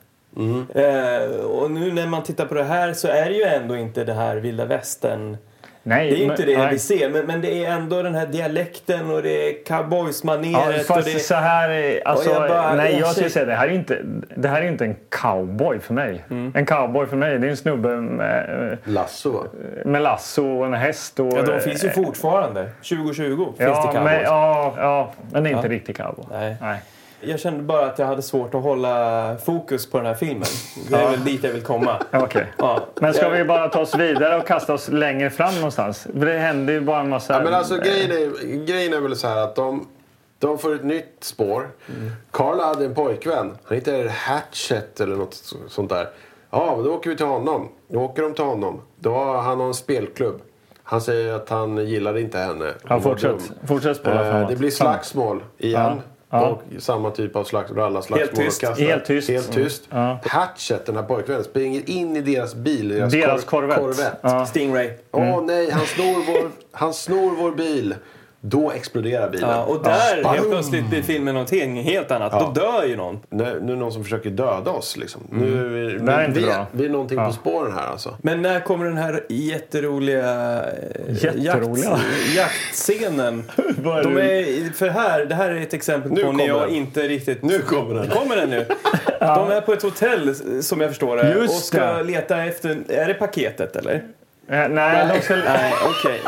S1: Eh, och nu när man tittar på det här så är det ju ändå inte det här vilda västern.
S3: Nej,
S1: Det är ju inte det
S3: nej.
S1: vi ser, men, men det är ändå den här dialekten och det är
S3: Ja,
S1: cowboysmaneret. och
S3: fast
S1: det...
S3: så här är, alltså,
S1: Och jag bara,
S3: nej,
S1: jag
S3: jag skulle
S1: ser-
S3: säga det här är inte, det här är inte en cowboy för mig.
S1: Mm.
S3: En cowboy för mig, det är en snubbe med,
S2: Lasso va?
S3: med lasso och en häst. Och,
S1: Ja, de finns ju fortfarande. 2020 finns det
S3: ja,
S1: cowboys.
S3: men, ja, ja, men det är inte riktigt cowboy.
S1: Nej. Jag kände bara att jag hade svårt att hålla fokus på den här filmen. Det är väl dit jag vill komma.
S3: Okej.
S1: Ja.
S3: Men ska vi bara ta oss vidare och kasta oss längre fram någonstans? För det händer ju bara en massa...
S2: Ja, men alltså, grejen, är, grejen är väl så här att de, de får ett nytt spår. Carl hade en pojkvän. Han heter Hatchet eller något så- sånt där. Ja, men då åker vi till honom. Då åker de till honom. Då har han har en spelklubb. Han säger att han gillade inte henne. Hon
S3: ja,
S2: var
S3: fortsätt,
S2: dum.
S3: fortsätt spåra
S2: Eh,
S3: framåt.
S2: Det blir slagsmål igen.
S3: Ja.
S2: Och samma typ av slags, rallarslagsmål.
S1: Helt tyst.
S2: och kastar.
S3: Helt tyst. Mm.
S2: Helt tyst. Hatchet, den här pojkvännen, springer in i deras bil. Deras,
S3: Deras
S2: kor-
S3: Corvette. Ja.
S1: Stingray.
S2: Åh
S3: Mm.
S2: nej, han snor, vår, han snor vår bil. Då exploderar bilen.
S1: Ja, och där
S2: Sparrum.
S1: helt plötsligt blir filmen någonting helt annat. Då dör ju någon.
S2: Nej, nu är det någon som försöker döda oss liksom. Nu, är-
S3: Mm. Det här är
S2: vi,
S3: inte bra.
S2: vi är någonting på spåren här alltså.
S1: Men när kommer den här jätteroliga, eh,
S3: Jätteroliga?
S1: Jakt, jaktscenen?
S3: Vad är
S1: De
S3: det?
S1: är, för här, det här är ett exempel
S2: Nu
S1: på när
S2: kommer
S1: jag
S2: den.
S1: inte riktigt...
S2: Nu kommer den.
S1: Kommer den nu? De är på ett hotell, som jag förstår det,
S3: Just
S1: och ska
S3: det.
S1: leta efter... Är det paketet, eller?
S3: Eh, Nej, de ska...
S1: Nej, okej.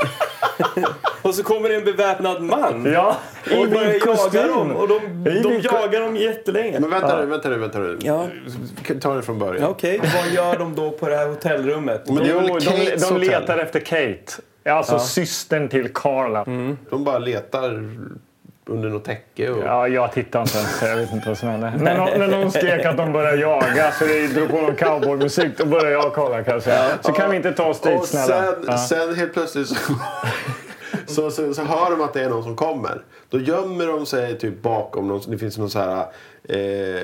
S1: och så kommer det en beväpnad man.
S3: Ja,
S1: Och börjar
S3: i min
S1: jaga dem.
S3: kostym!
S1: Och de,
S3: I
S1: de
S3: min ko-
S1: jagar dem jättelänge.
S2: Men vänta nu, vänta nu, vänta nu.
S1: Ja.
S2: Ta det från början.
S1: Okej, vad gör de då på det här hotellrummet?
S2: Men det är
S3: Jo,
S2: väl
S3: de,
S2: Kates
S3: de
S2: hotell?
S3: letar efter Kate. Alltså systern till Carla.
S2: De bara letar under något täcke. Och...
S3: Ja, jag tittar inte ens. Jag vet inte vad som hände. Men nå- när någon skrek att de började jaga så det drog på någon cowboymusik, då började jag kolla kanske. Så kan vi inte ta oss dit
S2: Och
S3: snälla.
S2: sen,
S3: Ja.
S2: sen helt plötsligt så, så, så, så hör de att det är någon som kommer. Då gömmer de sig typ bakom någon. Det finns någon så här... Eh,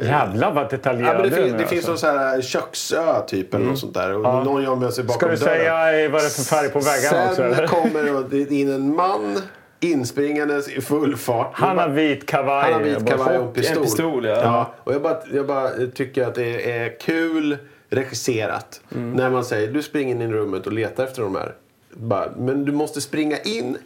S3: Jävlar vad
S2: Ja,
S3: detaljerad
S2: men det,
S3: du
S2: fin-
S3: är nu,
S2: det finns
S3: alltså. Mm.
S2: någon sån här eh, köksö typ eller något sånt där. Och Någon gömmer sig bakom
S3: Ska du
S2: dörren.
S3: säga eh, vad det är för färg på väggarna också?
S2: Sen
S3: Eller?
S2: kommer det in en man inspringandes i full fart.
S3: Han har vit kavaj.
S2: Han har vit
S3: bara
S2: kavaj och en
S3: folk.
S2: pistol.
S1: En pistol, ja.
S2: ja. Och jag, bara, jag bara tycker att det är kul regisserat.
S3: Mm.
S2: När man säger du springer in i rummet och letar efter de här. Bara, men du måste springa in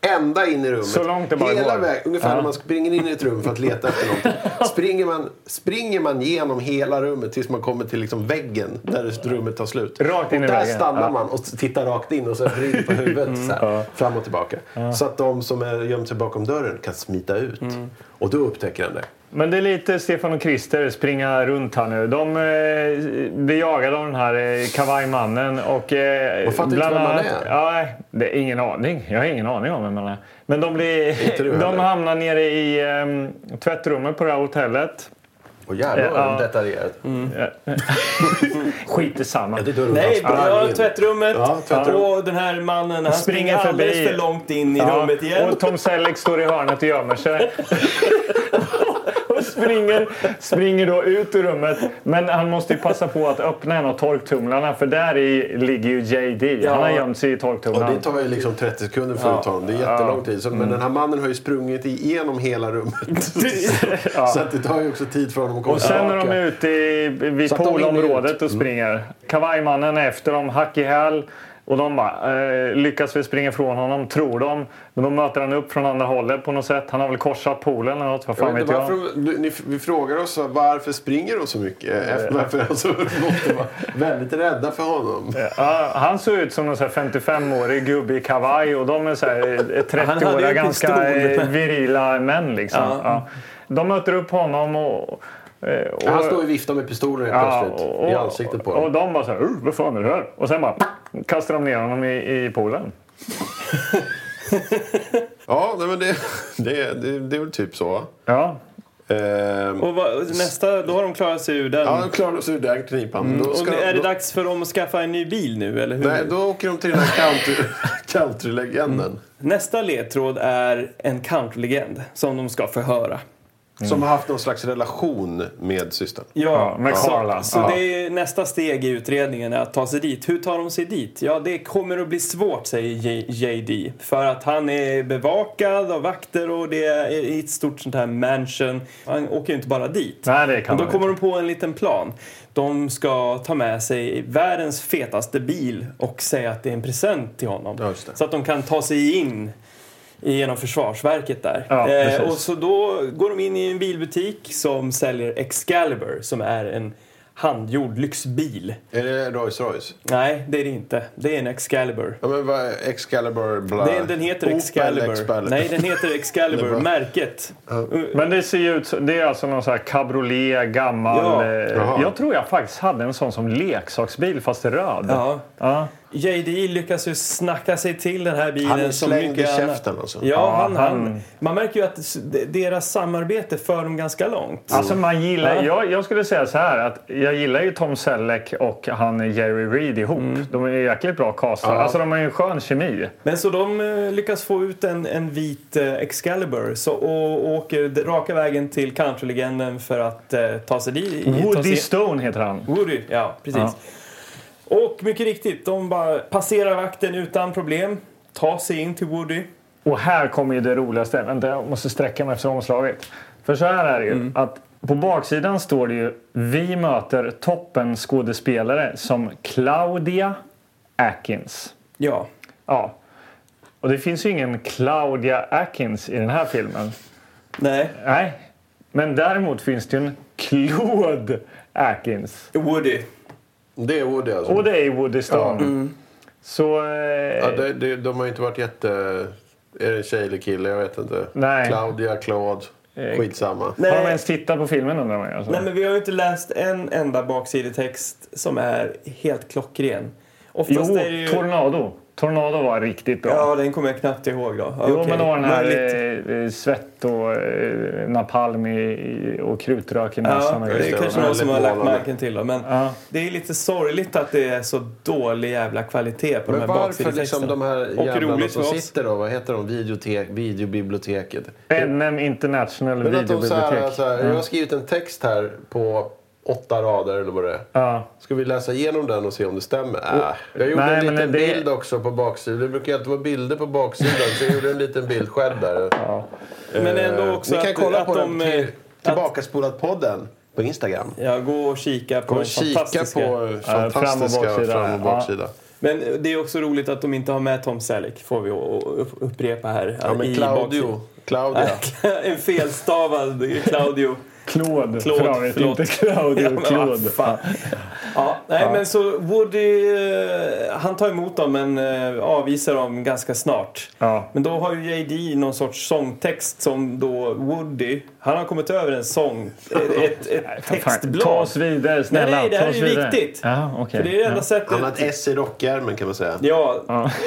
S2: Ända in i rummet.
S3: Så långt det bara
S2: Hela
S3: går.
S2: vägen. Ungefär när man springer in i ett rum för att leta efter någonting. Springer man, springer man genom hela rummet tills man kommer till liksom väggen där rummet tar slut.
S3: Rakt in
S2: och
S3: i
S2: där
S3: väggen.
S2: stannar
S3: Ja. Mm.
S2: man och tittar rakt in och så vrider på huvudet så här, fram och tillbaka. Så att de som är gömt sig bakom dörren kan smita ut.
S3: Mm.
S2: Och då upptäcker han det.
S3: Men det är lite Stefan och Christer springa runt här nu. De eh, blir jagade av den här eh, kavajmannen. Och, eh,
S2: Och fattar inte vem han är.
S3: Ja, nej, det är ingen aning. Jag har ingen aning om vem han är. Men de,
S2: Inte du
S3: blir, de
S2: heller.
S3: hamnar nere i eh, tvättrummet på det här hotellet.
S2: Och jävlar vad
S3: Ja. Mm.
S2: de detaljerat.
S3: Skit i samma.
S2: Ja, det är dörren
S1: Nej,
S2: han sprang
S1: bra,
S2: in.
S1: tvättrummet.
S2: Ja, tvättrum.
S1: Och den här mannen, han springer,
S3: Springer förbi.
S1: alldeles för långt in i rummet igen.
S3: Och Tom Selleck står i hörnet och gömmer sig. och springer, springer då ut ur rummet. Men han måste ju passa på att öppna en av torktumlarna för där i ligger ju JD. Han har gömt sig i
S2: Och
S3: torktumlaren.
S2: det tar ju liksom 30 sekunder för att ta honom. Det är jättelång tid. Så,
S3: Mm.
S2: Men den här mannen har ju sprungit igenom hela rummet. Så att det tar ju också tid för honom att komma
S3: Och sen när de
S2: tillbaka.
S3: är ute i, vid
S2: Så att de hinner
S3: poolområdet
S2: ut.
S3: och springer. Kavajmannen är efter dem, hack i häl. Och de bara, eh, lyckas väl springa ifrån honom, tror de. Men då möter han upp från andra hållet på något sätt. Han har väl korsat poolen eller något, vad
S2: Jag
S3: fan
S2: vet
S3: vet
S2: inte
S3: jag.
S2: varför, de- du, ni, vi frågar oss så här, varför springer de så mycket? eh, Efter, varför alltså, de måste vara väldigt rädda för honom.
S3: Ja, han såg ut som någon så här 55-årig gubbe i kavaj och de är så här eh,
S1: Han hade ju
S3: 30-åriga
S1: en
S3: ganska
S1: pistol.
S3: eh, virila män. Liksom.
S1: Ja.
S3: Ja. De möter upp honom och... eh, och
S2: Han står och viftar med pistolen helt
S3: ja,
S2: plötsligt. I ansiktet på
S3: och, och
S2: honom.
S3: de bara så här, "Uh, vad fan är det här? Och sen bara pang, kastar de ner honom i, i poolen.
S2: Ja, nej, men det, det, det, det är väl typ så.
S3: Ja.
S2: Ehm,
S1: Och vad, nästa, då har de klarat sig ur den.
S2: ja, de klarar sig ur den knipan. Då
S1: Mm. och
S2: ska
S1: nu-
S2: de-
S1: är det
S2: då-
S1: dags för dem att skaffa en ny bil nu, eller hur?
S2: Nej, då åker de till den här country- countrylegenden.
S1: Mm. Nästa ledtråd är en countrylegend som de ska förhöra. Mm.
S2: Som har haft någon slags relation med systern.
S1: Ja,
S3: Ja, med Carla.
S1: Så, så
S3: Ja.
S1: det är nästa steg i utredningen är att ta sig dit. Hur tar de sig dit? Ja, det kommer att bli svårt, säger J- JD. För att han är bevakad av vakter och det är i ett stort sånt här mansion. Han åker ju inte bara dit.
S3: Nej, det kan
S1: Men
S3: han
S1: då kommer de på en liten plan. De ska ta med sig världens fetaste bil och säga att det är en present till honom.
S2: Ja, just det.
S1: Så att de kan ta sig in genom Försvarsverket där.
S3: Ja, precis.
S1: eh, och så då går de in i en bilbutik som säljer Excalibur som är en handgjord lyxbil.
S2: Är det Rolls Royce?
S1: Nej, det är det inte. Det är en Excalibur.
S2: Ja, men vad Excalibur... Bla.
S1: Det, den heter
S2: Opel
S1: Excalibur.
S2: Excalibur.
S1: Nej, den heter
S2: Det är
S1: Excalibur,
S2: bra.
S1: märket.
S3: Men det ser ju ut som- det är alltså någon sån här cabriolet, gammal.
S1: Ja.
S3: Eh,
S2: Jaha.
S3: jag tror jag faktiskt hade en sån som leksaksbil fast röd.
S1: Ja.
S3: Ja.
S1: JD lyckas ju snacka sig till den här bilen
S2: Han är
S1: som
S2: slängd i
S1: mycket annat.
S2: käften alltså.
S1: Ja,
S3: Ja,
S1: han, han,
S3: han-
S1: Man märker ju att s- de- deras samarbete för dem ganska långt.
S3: Alltså man gillar,
S1: Ja.
S3: jag, jag skulle säga så här att jag gillar ju Tom Selleck och han Jerry Reed ihop. De är ju jäkligt bra castade. Alltså de har ju en skön kemi.
S1: Men så de eh, lyckas få ut en, en vit eh, Excalibur så, och åker d- raka vägen till countrylegenden för att eh, ta sig dit. ta sig-
S3: Mm. Woody Stone heter han.
S1: Woody, ja precis.
S3: Ja.
S1: Och mycket riktigt, de bara passerar vakten utan problem. Tar sig in till Woody.
S3: Och här kommer ju det roligaste. Vänta, jag måste sträcka mig efter omslaget. För så här är det ju. Att på baksidan står det ju Vi möter toppen skådespelare som Claudia Atkins.
S1: Ja.
S3: Ja. Och det finns ju ingen Claudia Atkins i den här filmen.
S1: Nej.
S3: Nej. Men däremot finns det ju en Claude Atkins.
S1: Woody.
S2: Det är Woody alltså.
S3: Och det är Woody Stone. Så... Eh,
S2: Mm. Ja, det, det, de har ju inte varit jätte... Är det en tjej eller kille? Jag vet inte.
S3: Nej.
S2: Claudia, Claude. Skitsamma.
S1: Nej.
S3: Har de ens tittat på filmen undrar man ju, alltså.
S1: Nej, men vi har ju inte läst en enda baksidetext som är helt klockren.
S3: Jo,
S1: Oftast är det ju...
S3: Tornado. Tornado var riktigt bra.
S1: Ja, den kommer jag knappt ihåg då.
S3: Jo,
S1: Okej,
S3: men då var den här
S1: möjligt.
S3: eh, eh, svett och eh, napalm i, i, och krutrök i
S1: Ja,
S3: näsan. och
S1: det
S3: grejer.
S1: är kanske
S2: var
S1: någon som har lagt
S2: väldigt
S1: märken till då, men
S3: Ja.
S1: det är lite sorgligt att det är så dålig jävla kvalitet på
S2: Men
S1: de här
S2: varför liksom
S1: baksidetexterna.
S2: de här
S1: och
S2: jävlarna
S1: roligt för
S2: som
S1: oss.
S2: sitter då? Vad heter de? Videotek, videobiblioteket.
S3: NM International
S2: Men att de så här,
S3: videobibliotek.
S2: så här, jag har skrivit en text här på åtta rader eller vad det är.
S3: Ja.
S2: Ska vi läsa igenom den och se om det stämmer? Äh. Jag gjorde
S3: Nej,
S2: en
S3: men
S2: liten
S3: det-
S2: bild också på baksidan. Det brukar ju alltid vara bilder på baksidan. så jag gjorde en liten bild själv där.
S1: Men ändå
S2: Eh,
S1: också
S2: Ni kan
S1: att,
S2: kolla
S1: att
S2: på
S1: de...
S2: den
S1: eh,
S2: till, Tillbakaspolat-podden på Instagram.
S1: Ja, gå och kika på
S2: Gå
S1: den
S2: och kika
S1: fantastiska...
S2: på eh,
S3: fram- och
S2: fantastiska
S3: baksida.
S2: fram och baksida.
S1: Men det är också roligt att de inte har med Tom Selleck, får vi å- å- upp- upprepa här.
S2: Ja, men
S1: i
S2: Claudio.
S1: baksidan.
S2: Claudia.
S1: en felstavad Claudio.
S9: Claude,
S1: Claude,
S9: för övrigt.
S1: förlåt.
S9: Inte Claudio,
S1: Ja, men vad
S9: Claude.
S1: fan. Ja, nej, men så Woody, eh, han tar emot dem men eh, avvisar dem ganska snart.
S3: Ja.
S1: Men då har ju JD någon sorts sångtext som då Woody, han har kommit över en sång, eh, ett, ett
S3: Fan,
S1: textblad.
S3: Ta oss vidare, snälla.
S1: Nej, nej, det här
S3: ta oss
S1: är ju
S3: vidare.
S1: viktigt.
S3: Ja, okay.
S1: För det är det enda sättet.
S2: Han har ett S i rockärmen kan man säga.
S1: Ja,
S3: Ja.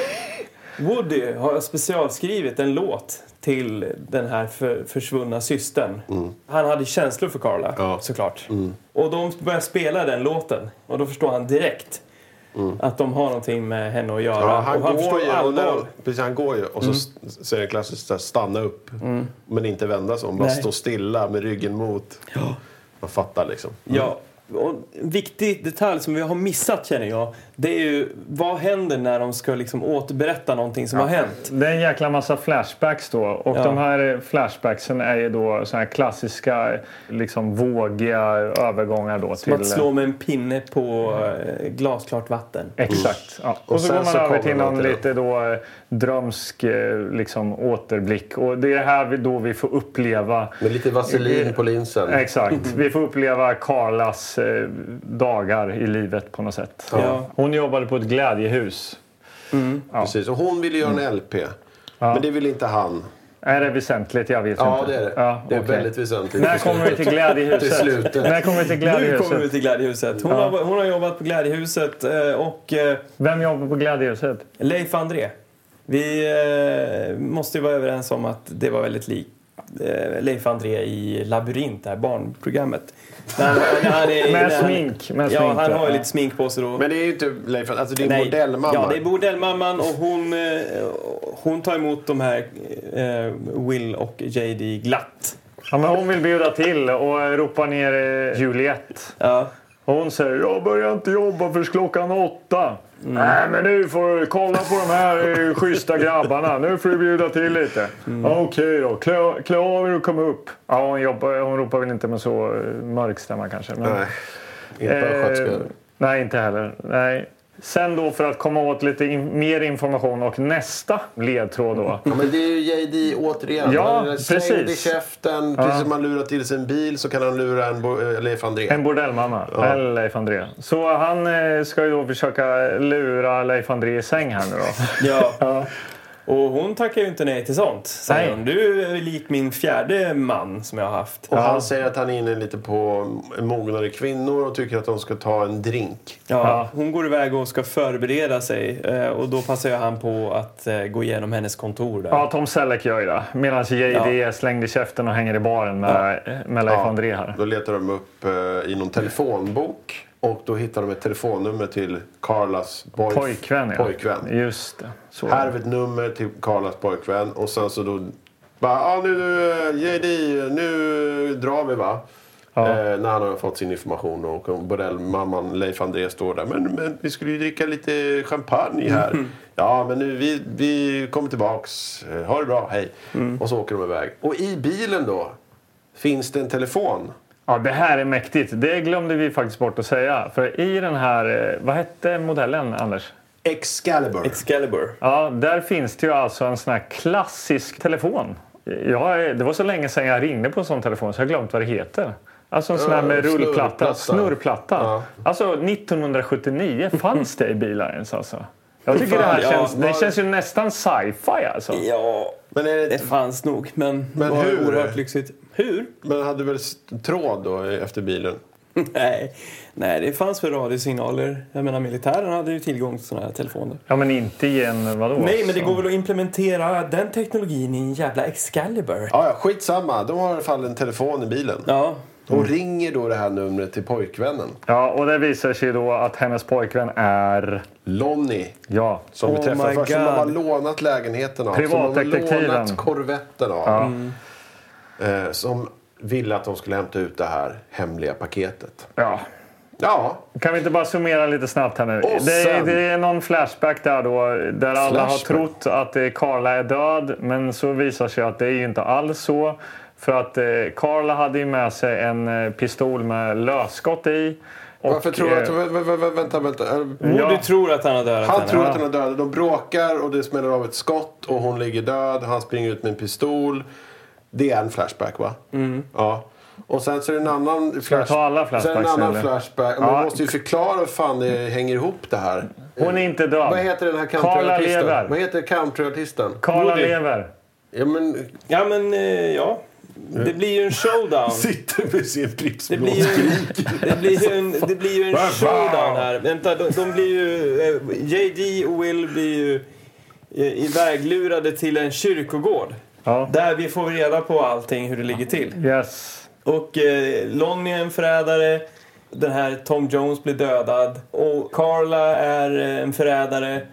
S1: Woody har specialskrivit en låt till den här för, försvunna systern. Han hade känslor för Carla,
S2: Mm. Ja. Mm.
S1: såklart. Och de börjar spela den låten och då förstår han direkt att de har någonting med henne att göra.
S2: Mm. Ja, han,
S1: och han
S2: går Mm.
S1: förstår
S2: ju, och
S1: allvar.
S2: när, precis, han går ju och så s- säger det klassiskt så här, stanna upp. Men inte vända sig om, bara
S1: Nej.
S2: stå stilla med ryggen mot. Man fattar liksom.
S1: Ja, och en viktig detalj som vi har missat känner jag, det är ju vad händer när de ska liksom återberätta någonting som har hänt?
S3: Det är en jäkla massa flashbacks då. Och
S1: Ja.
S3: de här flashbacksen är ju då så här klassiska, liksom vågiga övergångar då
S1: Som
S3: till...
S1: att slå med en pinne på eh, glasklart vatten.
S3: Exakt. Ja. Och, så
S2: sen
S3: går man
S2: så
S3: över
S2: kommer
S3: till
S2: man
S3: någon
S2: till det.
S3: lite då, eh, drömsk eh, liksom, återblick. Och det är det här vi, då vi får uppleva
S2: Med lite vaselin på linsen.
S3: Exakt. Vi får uppleva Carlas eh, dagar i livet på något sätt.
S1: Ja.
S3: Hon jobbade på ett glädjehus.
S2: Precis. Och hon ville göra en LP. Mm. Men det ville inte han.
S3: Är det väsentligt? Jag vet
S2: Ja,
S3: inte.
S2: det är det.
S3: Ja,
S2: det är
S3: okej.
S2: väldigt väsentligt.
S3: När kommer vi till
S2: Till
S3: glädjehuset?
S2: slutet.
S3: När kommer vi till
S1: Nu kommer vi
S3: glädjehuset?
S1: till Glädjehuset. Hon, har, hon har jobbat på Glädjehuset eh, och eh,
S3: Vem jobbar på glädjehuset?
S1: Leif André. Vi eh, måste ju vara överens om att det var väldigt likt eh, Leif André i Labyrint, det här barnprogrammet. När han, när han är,
S3: Med
S1: när han-
S3: smink, med
S1: ja,
S3: smink,
S1: han
S3: ja.
S1: har ju lite smink på sig då.
S2: Men det är ju inte Leif, alltså det är
S1: Nej.
S2: modellmamma.
S1: Ja, det är bordellmamman och hon, eh, hon tar emot de här eh, Will och JD glatt.
S3: Ja, men hon vill bjuda till och eh, ropar ner eh, Juliet.
S1: Ja.
S3: Och hon säger jag börjar inte jobba förrän klockan åtta.
S2: Mm.
S3: Nej men nu får du kolla på de här eh, schyssta grabbarna. Nu får du bjuda till lite.
S2: Mm.
S3: Okej då, klä, klä av er och kom upp. Ja, hon, jobbar, hon ropar väl inte med så eh, mörk stämma kanske. Men,
S2: Nej, inte
S3: Eh,
S2: östgötska.
S3: nej, inte heller. Nej. Sen då för att komma åt lite in, mer information och nästa ledtråd då.
S2: Mm. Ja, men det är ju JD återigen.
S3: Ja,
S2: Han är Slängd i
S3: precis.
S2: käften. Precis som man lurar till sig en bil så kan han lura en bo- eh, Leif André.
S3: En bordellmamma, eller Leif André. Så han eh, ska ju då försöka lura Leif André i säng här nu då.
S1: Ja. Och hon tackar ju inte nej till sånt. Säger
S3: Nej.
S1: hon. Du är lik min fjärde man som jag har haft.
S2: Och han säger att han är inne lite på mognare kvinnor och tycker att de ska ta en drink.
S1: Ja, hon går iväg och ska förbereda sig eh, och då passar ju han på att eh, gå igenom hennes kontor där.
S3: Ja, Tom Selleck gör ju det. Medan JD
S1: Ja.
S3: är slängd i käften och hänger i baren med, med Leif André här. Mm.
S2: Då letar de upp eh, i någon telefonbok och då hittar de ett telefonnummer till Carlas boy-
S3: Pojkvän, ja.
S2: pojkvän.
S3: Just det. Så.
S2: Här har vi ett nummer till Carlas pojkvän och sen så då bara, ah, nu eh, JD, nu drar vi va? Eh, när han har fått sin information och bordellmamman Leif André står där. Men, men vi skulle ju dricka lite champagne här. ja, men nu, vi, vi kommer tillbaks. Eh, Ha det bra, hej. Och så åker de iväg. Och i bilen då finns det en telefon.
S3: Ja, det här är mäktigt. Det glömde vi faktiskt bort att säga. För i den här... eh, Vad hette modellen, Anders?
S2: Excalibur.
S1: Excalibur.
S3: Ja, där finns det ju alltså en sån här klassisk telefon. Jag, det var så länge sedan jag ringde på en sån telefon så jag har glömt vad det heter. Alltså en sån här
S1: Eh,
S3: med
S2: Ja, snurrplatta.
S3: rullplatta, snurrplatta.
S2: Ja.
S3: Alltså 1979 fanns det i bilar ens alltså. Jag tycker det
S1: Fan,
S3: här
S1: ja,
S3: känns, det
S1: var-
S3: känns ju nästan sci-fi alltså.
S1: Ja,
S2: men, är
S1: det
S2: det,
S1: fanns nog, men,
S2: Men
S1: var
S2: hur?
S1: oerhört lyxigt. Hur?
S2: men hade väl s- tråd då eh, efter bilen?
S1: Nej. Nej, det fanns väl radiosignaler. Jag menar, militären hade ju tillgång till sådana här telefoner.
S3: Ja men inte i en vadå?
S1: Nej, men det
S3: så.
S1: går väl att implementera den teknologin i en jävla Excalibur.
S2: Ja, ja, skitsamma. De har i alla fall en telefon i bilen.
S1: Ja,
S2: Och ringer då det här numret till pojkvännen.
S3: Ja, och det visar sig då att hennes pojkvän är...
S2: Lonnie.
S3: Ja.
S2: Som vi
S1: Oh
S2: träffade
S1: my
S2: först. Som de har
S1: God.
S2: lånat lägenheten av. Som de
S3: Privatdetektiven.
S2: har lånat korvetten av. Eh, som ville att de skulle hämta ut det här hemliga paketet.
S3: ja.
S2: Ja,
S3: Kan vi inte bara summera lite snabbt här nu?
S2: Och
S3: Det är,
S2: sen-
S3: det är någon flashback där då, där alla har
S2: Flashback.
S3: trott att eh, Carla är död, men så visar sig att det är ju inte alls så. För att eh, Carla hade ju med sig en eh, pistol med lösskott i.
S2: Varför
S3: Och,
S2: tror du att...
S3: eh,
S2: Vä, vä, vä, vä, vänta, vänta. Är-
S1: Woody
S3: Ja.
S1: tror att han har dödat
S2: Han
S1: henne.
S2: tror
S1: ja.
S2: att hon är död. De bråkar och det smäller av ett skott och hon ligger död. Han springer ut med en pistol. Det är en flashback va? Ja. Och sen så är det en annan flashback.
S3: Mm. ta alla flashbacks,
S2: Sen är det en annan
S3: eller?
S2: flashback. Man
S3: Ja.
S2: måste ju förklara hur fan det hänger ihop det här.
S3: Hon är inte död.
S2: Vad heter den här
S3: Carla lever.
S2: countryartisten? Vad heter countryartisten?
S3: Karla
S1: Woody.
S3: lever.
S2: Ja men...
S1: Ja, men eh, ja. Det blir ju en showdown.
S2: Sitter med sin
S1: Det blir,
S2: pripsblås.
S1: ju, det, blir ju en, det blir ju en showdown här. Vänta, de, de blir ju... eh, JD och Will blir ju eh, iväglurade till en kyrkogård.
S3: Ja.
S1: Där vi får reda på allting, hur det ligger till.
S3: Yes.
S1: Och eh, Lonnie är en förrädare. Den här Tom Jones blir dödad. Och Carla är eh, en förrädare.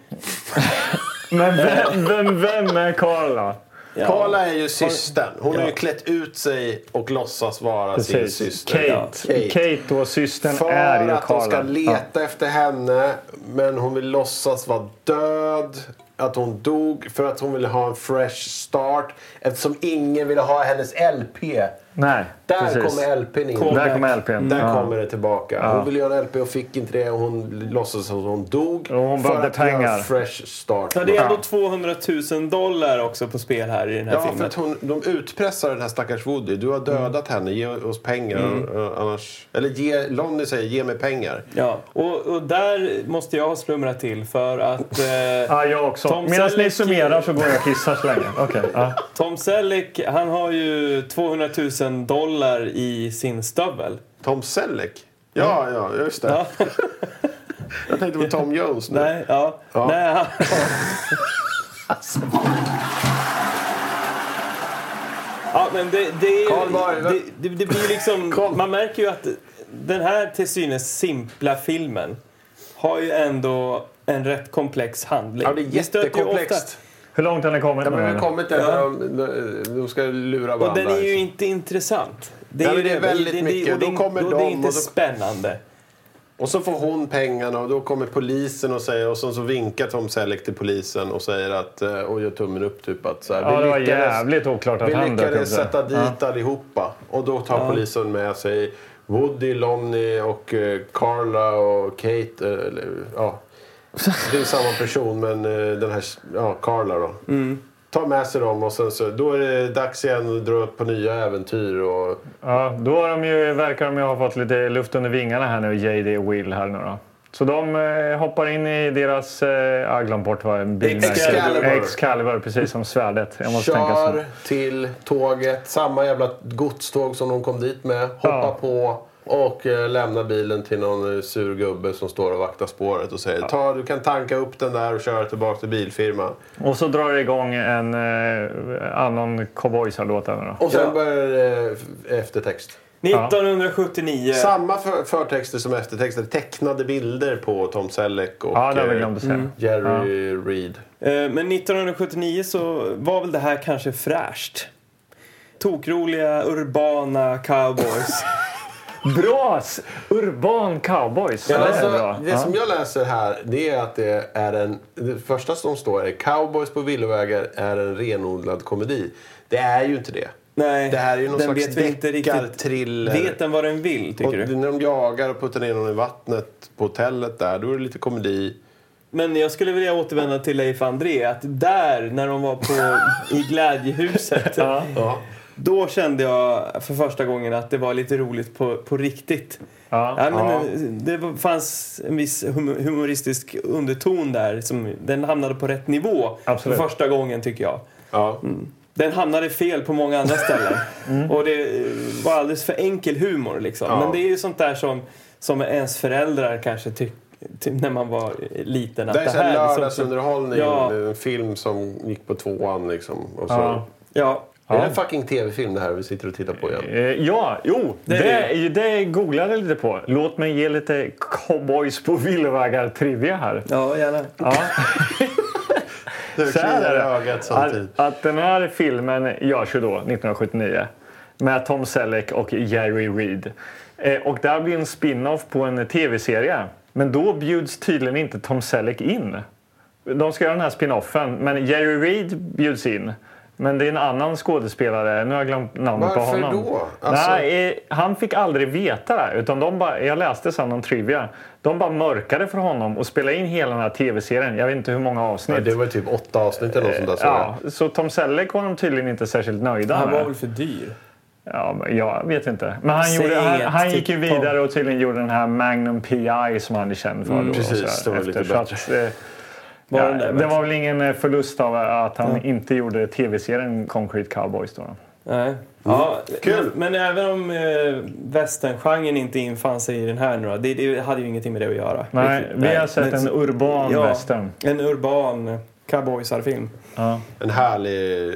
S3: Men vem, Eh, vem, vem är Karla?
S1: Ja.
S2: Carla är ju systern. Hon har ju klätt ut sig och låtsas vara sin
S3: Precis.
S2: syster. Ja.
S3: Kate. Kate då, systern,
S2: För
S3: är ju
S2: att de ska
S3: Karla.
S2: leta efter henne, men hon vill låtsas vara död. Att hon dog för att hon ville ha en fresh start eftersom ingen ville ha hennes LP.
S3: Nej,
S2: Där
S3: precis.
S2: kommer LPn in.
S1: Kom-
S3: Där kommer LPn.
S2: Där
S3: Ja.
S2: kommer det tillbaka. Hon ville göra en LP och fick inte det och hon låtsades att hon dog.
S3: Och hon
S2: för
S3: behövde
S2: att göra
S3: pengar.
S2: en fresh start.
S1: Ja, det är ändå
S3: Ja.
S1: 200 000 dollar också på spel här i den här
S2: Ja, för
S1: filmen.
S2: att hon, de utpressar den här stackars Woody. Du har
S3: Mm.
S2: dödat henne, ge oss pengar. eh, Annars, eller ge, Lonnie säger ge mig pengar.
S1: Ja, och, och där måste jag ha slumrat till för att eh,
S3: Ja, jag också.
S1: Tom
S3: Medan ni
S1: Selleck-
S3: summerar så går jag och kissar så länge. Okej. ja.
S1: Tom Selleck, han har ju 200 000 dollar i sin stövel.
S2: Tom Selleck? Ja,
S3: Mm.
S2: ja, just det.
S1: Ja.
S2: Jag tänkte på Tom Jones nu.
S1: Nej, ja. Nej, han, ja, men det, det,
S2: Karl Borg, va?
S1: det, det, det blir liksom...
S2: Karl.
S1: Man märker ju att den här till synes simpla filmen har ju ändå en rätt komplex handling.
S2: Ja, det är
S1: Vi stöter ju
S2: jättekomplext.
S1: ofta-
S3: Hur långt har ni kommit
S2: Ja,
S3: nu?
S2: men vi har
S3: eller?
S2: kommit där de, de, de ska lura varandra.
S1: Och den är ju inte intressant. Det
S2: Nej,
S1: ju
S2: men det är väldigt
S1: och
S2: mycket.
S1: det är-
S2: Då kommer
S1: Det är
S2: de
S1: inte
S2: och då-
S1: spännande.
S2: Och så får hon pengarna och då kommer polisen och säger och sen så vinkar Tom Selleck till polisen och säger att eh, och gör tummen upp typ att så här,
S3: Ja, det var jävligt alltså." oklart att
S2: vi
S3: han dök upp.
S2: lyckades
S3: där.
S2: sätta dit allihopa och då tar polisen med sig Woody, Lonnie och eh, Carla och Kate. eh, Eller, ja. Det är samma person men eh, den här ja, Carla då.
S3: Mm.
S2: Tar med sig dem och sen så då är det dags igen att dra upp på nya äventyr och
S3: Ja, då har de ju, verkar de ju ha fått lite luft under vingarna här nu, JD och Will här nu då. Så de eh, hoppar in i deras... Eh, jag har glömt bort vad en bilmärke
S2: Excalibur.
S3: Excalibur, precis som svärdet. Jag måste tänka så.
S2: Kör till tåget, samma jävla godståg som de kom dit med. Hoppa
S3: Ja.
S2: på och eh, lämna bilen till någon eh, sur gubbe som står och vaktar spåret och säger ta, du kan tanka upp den där och köra tillbaka till bilfirman.
S3: Och så drar det igång en eh, annan cowboysarlåt här nu då.
S2: Och sen
S1: Ja.
S2: börjar det eh, eftertext.
S1: 1979.
S2: Samma för, förtexter som eftertexter. Tecknade bilder på Tom Selleck och
S3: Ja, det har vi
S2: eh,
S3: glömt att säga.
S2: Jerry Reed.
S1: Eh, Men 1979 så var väl det här kanske fräscht. Tokroliga, urbana cowboys.
S3: Bra! s- Urban cowboys. det är
S2: Alltså,
S3: bra.
S2: det
S3: Ja.
S2: som jag läser här det är att det är en... Det första som står är cowboys på villovägar är en renodlad komedi. Det är ju inte det.
S1: Nej,
S2: Det här är ju någon
S1: den
S2: slags
S1: vet vi inte riktigt.
S2: deckarthriller.
S1: Vet den vad den vill,
S2: Och
S1: tycker du?
S2: när de jagar och puttar ner någon i vattnet på hotellet där, då är det lite komedi.
S1: Men jag skulle vilja återvända till Leif André att där, när de var på, i Glädjehuset, då kände jag för första gången att det var lite roligt på, på riktigt.
S3: Ja,
S1: men Det var- fanns en viss hum- humoristisk underton där. Som, den hamnade på rätt nivå
S3: Absolut.
S1: för första gången, tycker jag.
S2: Ja.
S1: Mm. Den hamnade fel på många andra ställen. Och det eh, var alldeles för enkel humor liksom.
S2: Mm. Ja.
S1: Men det är ju sånt där som, som ens föräldrar kanske tyckte när man var eh, liten. Att
S2: Det är så här
S1: liksom-
S2: lördagsunderhållning.
S1: Ja.
S2: En film som gick på tvåan liksom. Och så.
S3: Ja.
S1: Ja.
S2: Det är en fucking tv-film det här vi sitter och tittar på igen.
S3: Eh, ja, jo, det,
S1: är det.
S3: är ju- det googlade jag lite på. Låt mig ge lite cowboys på villovägar-trivia här.
S1: ja, gärna.
S3: Ja,
S2: Det
S3: så här
S2: kliar i
S3: är
S2: ögat typ-
S3: det.
S2: samtidigt.
S3: Att, att den här filmen görs ju då 1979 med Tom Selleck och Jerry Reed. Eh, och där blir en spin-off på en tv-serie. Men då bjuds tydligen inte Tom Selleck in. De ska göra den här spin-offen, men Jerry Reed bjuds in. Men det är en annan skådespelare. Nu har jag glömt namnet på
S2: Varför
S3: honom.
S2: då? Alltså-
S3: Nej, eh, han fick aldrig veta det. Utan de bara, jag läste sen om Trivia. De bara mörkade för honom och spelade in hela den här tv-serien. Jag vet inte hur många avsnitt.
S2: Det var ju typ åtta avsnitt eller något sånt där. så
S3: Ja, så Tom Selleck var de tydligen inte särskilt nöjda
S1: Han var
S3: med.
S1: väl för dyr?
S3: Ja, men jag vet inte. Men han,
S1: Säg
S3: gjorde, han,
S1: inget
S3: han
S1: till
S3: gick ju
S1: Tom.
S3: vidare och tydligen gjorde den här Magnum PI som han är känd för. då, och
S2: precis,
S3: sådär
S2: det var lite
S3: efter. Så
S2: bättre.
S3: att, eh,
S1: Mm, Var den
S3: ja,
S1: där
S3: det var väl ingen eh, förlust av att han inte gjorde tv-serien Concrete Cowboys. Då.
S1: Nej. Ja,
S2: Mm. Kul.
S1: Men, men även om eh, västerngenren inte infann sig i den här nu då, det, det hade ju ingenting med det att göra.
S3: Nej,
S1: Riktigt.
S3: vi har sett
S1: Men-
S3: en urban
S1: ja,
S3: western.
S1: En urban cowboysarfilm.
S2: En härlig eh,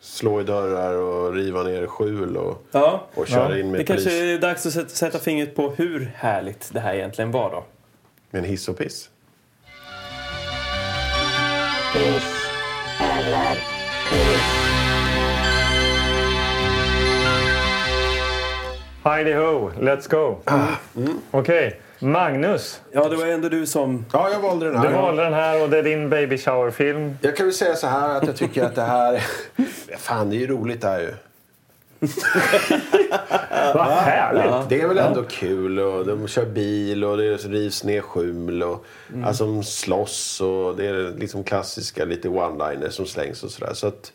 S2: slå i dörrar och riva ner skjul och,
S1: Ja,
S2: och köra
S3: Ja.
S2: in
S1: det
S2: med polis.
S1: kanske är dags att sätta- sätta fingret på hur härligt det här egentligen var då.
S2: Med en hiss och piss.
S3: Heidi Ho, let's go!
S2: Ah.
S1: Mm.
S3: Okej, Magnus.
S1: Ja, det var ändå du som...
S2: Ja, jag valde den här.
S3: Du valde den här och det är din baby shower-film.
S2: Jag kan väl säga så här att jag tycker att det här... Fan, det är ju roligt det här ju.
S3: Vad härligt!
S2: Det är väl ändå kul och de kör bil och det rivs ner skjul och
S1: Mm.
S2: alltså, de slåss och det är liksom klassiska lite one-liners som slängs och sådär. Så att,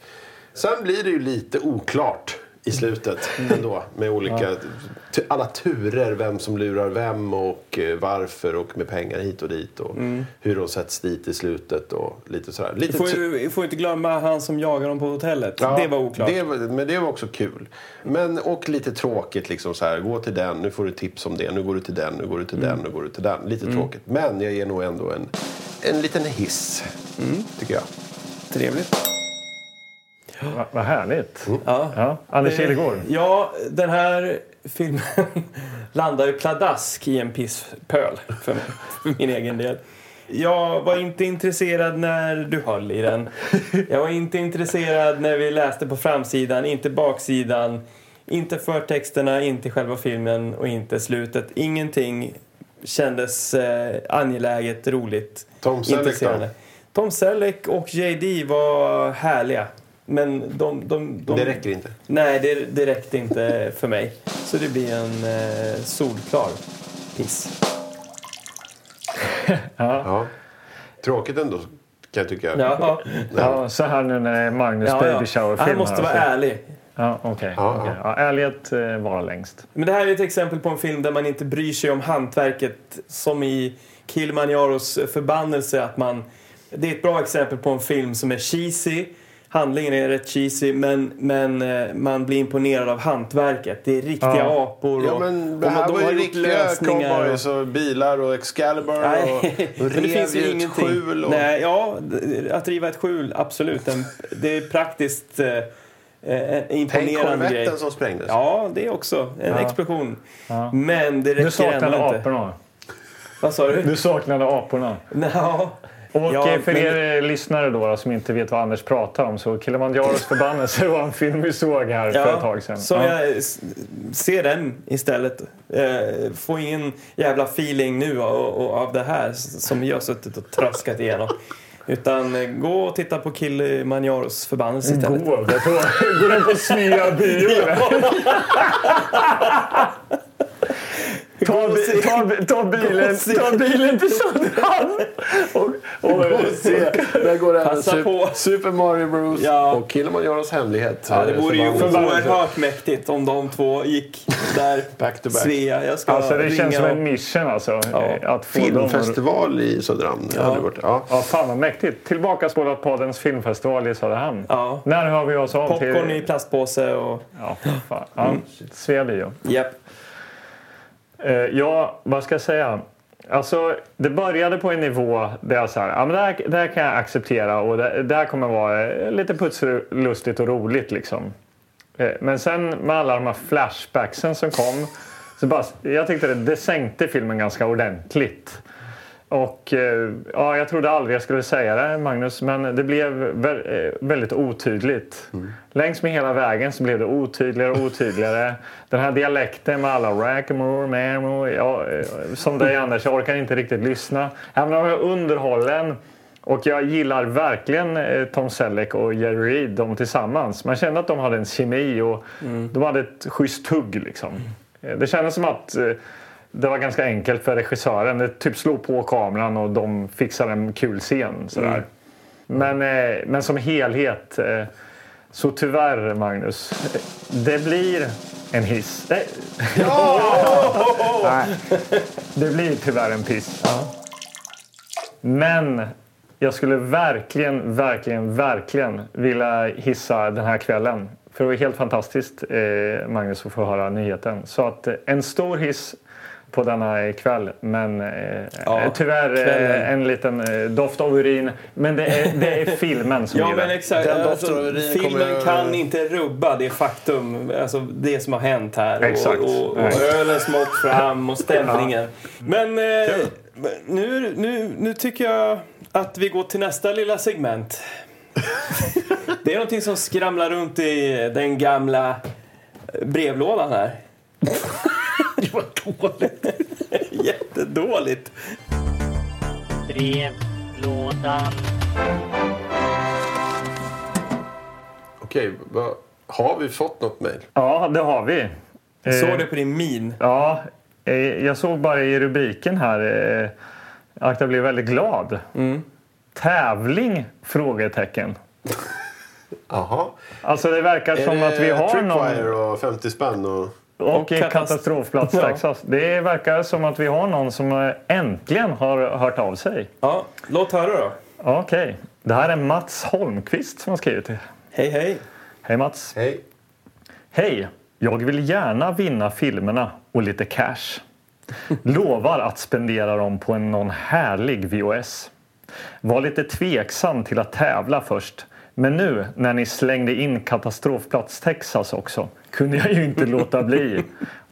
S2: sen blir det ju lite oklart i slutet
S1: Mm.
S2: ändå med olika, tu- alla turer, vem som lurar vem och eh, varför och med pengar hit och dit och hur de sätts dit i slutet och lite sådär. Lite
S1: Mm. Får,
S2: tu-
S1: ju- får inte glömma han som jagar dem på hotellet.
S2: Ja,
S1: det var oklart.
S2: det var- men det var också kul. Men, och lite tråkigt. Liksom så här, gå till den, nu får du tips om det. Nu går du till den, nu går du till
S1: Mm.
S2: den, nu går du till den. Lite tråkigt. Men jag ger nog ändå en, en liten hiss,
S1: Mm.
S2: tycker jag.
S1: Trevligt.
S3: Va- Vad härligt!
S1: Ja.
S3: Ja. Anders Kilegård.
S1: Ja, den här filmen landar ju pladask i en pisspöl för, för min egen del. Jag var inte intresserad när du höll i den. Jag var inte intresserad när vi läste på framsidan, inte baksidan, inte förtexterna, inte själva filmen och inte slutet. Ingenting kändes eh, angeläget, roligt,
S2: Tom Selleck då?
S1: Tom Selleck och JD var härliga. Men de, de, de,
S2: Det räcker inte.
S1: Nej, det, det räckte inte för mig. Så det blir en eh, solklar piss.
S2: Ja. Tråkigt ändå, kan jag tycka.
S1: Ja,
S3: Ja, så här nu när det är Magnus
S1: ja, ja.
S3: baby shower-film.
S1: Han måste vara ärlig.
S3: Ja, okej.
S2: Ja,
S3: okej. ja, ärlighet eh, var längst.
S1: Men det här är ett exempel på en film där man inte bryr sig om hantverket som i Kilimanjaros förbannelse att man... Det är ett bra exempel på en film som är cheesy. Handlingen är rätt cheesy men, men eh, man blir imponerad av hantverket. Det är riktiga
S3: Ja.
S1: apor
S2: Ja,
S1: och,
S2: men
S1: och
S2: det
S1: man-
S2: här
S1: de
S2: var
S1: har
S2: ju
S1: gjort
S2: riktiga
S1: lösningar och-
S2: cowboys och bilar och Excalibur
S1: Nej,
S2: och, och
S1: men det
S2: rev
S1: finns
S2: ju
S1: ju
S2: ett
S1: ingenting.
S2: skjul. Och...
S1: Nej, ja, d- att riva ett skjul, absolut. En, det är praktiskt eh, en
S2: Tänk
S1: imponerande grej.
S2: korvetten som sprängdes.
S1: Ja, det är också en explosion. Men det
S3: Du
S1: räcker
S3: saknade
S1: ändå inte.
S3: aporna.
S1: Vad sa du?
S3: Du saknade aporna.
S1: Ja.
S3: Och
S1: Ja,
S3: eh, för
S1: men-
S3: er eh, lyssnare då, då, som inte vet vad Anders pratar om så Kilimanjaros förbannelse var en film vi såg här för ett tag sedan.
S1: Så
S3: Ja.
S1: jag s- ser den istället. Eh, Få in jävla feeling nu av, och- av det här s- som vi har suttit och tröskat igenom. Utan eh, gå och titta på Kilimanjaros förbannelse istället.
S3: Gå, det tror jag. Går den på Svea bio? Ta, bi- ta, bi- ta, bilen,
S1: se.
S3: ta bilen till Söderhamn! Och, och,
S2: Och se, där går även
S1: Passa på.
S2: Super, Super Mario Bros
S1: Ja.
S2: och Kilimanjaros hemlighet. eh,
S1: Ja, det vore ju
S2: Förbannelse.
S1: oerhört mäktigt om de två gick där.
S2: Back to back.
S1: Svea, jag ska
S3: alltså, det
S1: ringa
S3: känns som
S1: dem.
S3: en mission alltså. eh, Att få dem
S2: Filmfestival i Söderhamn. Det hade varit- Ja.
S3: Ja, fan vad mäktigt. Tillbaka spårat poddens filmfestival i Söderhamn.
S1: Ja.
S3: När hör vi oss av
S1: Popcorn
S3: till...
S1: i plastpåse och...
S3: Ja, fan. Ja, Svea bio.
S1: Japp.
S3: Eh, ja, vad ska jag säga? Alltså, det började på en nivå där jag sa ja, men det, här, det här kan jag acceptera och det, det här kommer vara eh, lite putslustigt och roligt. Liksom. Eh, Men sen med alla de här flashbacksen som kom så bara, jag tyckte det, det sänkte filmen ganska ordentligt. Och eh, ja, jag trodde aldrig jag skulle säga det, Magnus, men det blev vä- eh, väldigt otydligt. Längs med hela vägen så blev det otydligare och otydligare. Den här dialekten med alla rackamore, mamor, ja, eh, som dig Anders, jag orkar inte riktigt lyssna. Även om jag är underhållen Och jag gillar verkligen eh, Tom Selleck och Jerry Reed, de tillsammans. Man kände att de hade en kemi och de hade ett schysst hugg. Liksom. Eh, Det kändes som att eh, det var ganska enkelt för regissören. Det typ slog på kameran och de fixade en kul scen. Sådär. Men, eh, men som helhet, eh, så tyvärr Magnus, eh, det blir en hiss. Nej. Nej. Det blir tyvärr en piss. Men jag skulle verkligen, verkligen, verkligen vilja hissa den här kvällen. För det var helt fantastiskt, eh, Magnus, att få höra nyheten. Så att eh, en stor hiss på denna kväll, men eh,
S1: Ja,
S3: eh, tyvärr
S1: kvällen.
S3: eh, en liten eh, doft av urin. Men det är, det är filmen som
S1: Ja
S3: ger
S1: men
S3: det.
S1: exakt.
S2: Den
S1: Alltså,
S2: doften av urin kommer
S1: filmen
S2: jag-
S1: kan inte rubba det faktum, alltså det som har hänt här.
S3: Exakt.
S1: Och, och, och
S3: Nej.
S1: ölen som har åkt fram och stämningen. Men eh, nu, nu, nu tycker jag att vi går till nästa lilla segment. det är någonting som skramlar runt i den gamla brevlådan här. det var dåligt. Jättedåligt.
S9: Brevlådan.
S2: Okej, vad- har vi fått något mejl?
S3: Ja, det har vi. Eh,
S1: Såg du på din min?
S3: Ja, eh, jag såg bara i rubriken här eh, att jag blev väldigt glad. Tävling? Frågetecken.
S2: Jaha.
S3: Alltså det verkar som att vi har någon...
S2: Eh, Tripwire och 50 spänn och...
S3: Och,
S1: och
S3: eh,
S1: katast-
S3: katastrofplats
S1: Ja.
S3: Texas. Det verkar som att vi har någon som eh, äntligen har hört av sig.
S1: Ja, låt höra då.
S3: Okej. Det här är Mats Holmqvist som har skrivit det.
S1: Hej hej.
S3: Hej Mats!
S2: Hej.
S3: Hej! Jag vill gärna vinna filmerna och lite cash. Lovar att spendera dem på en någon härlig VOS. Var lite tveksam till att tävla först. Men nu när ni slängde in katastrofplats Texas också kunde jag ju inte låta bli.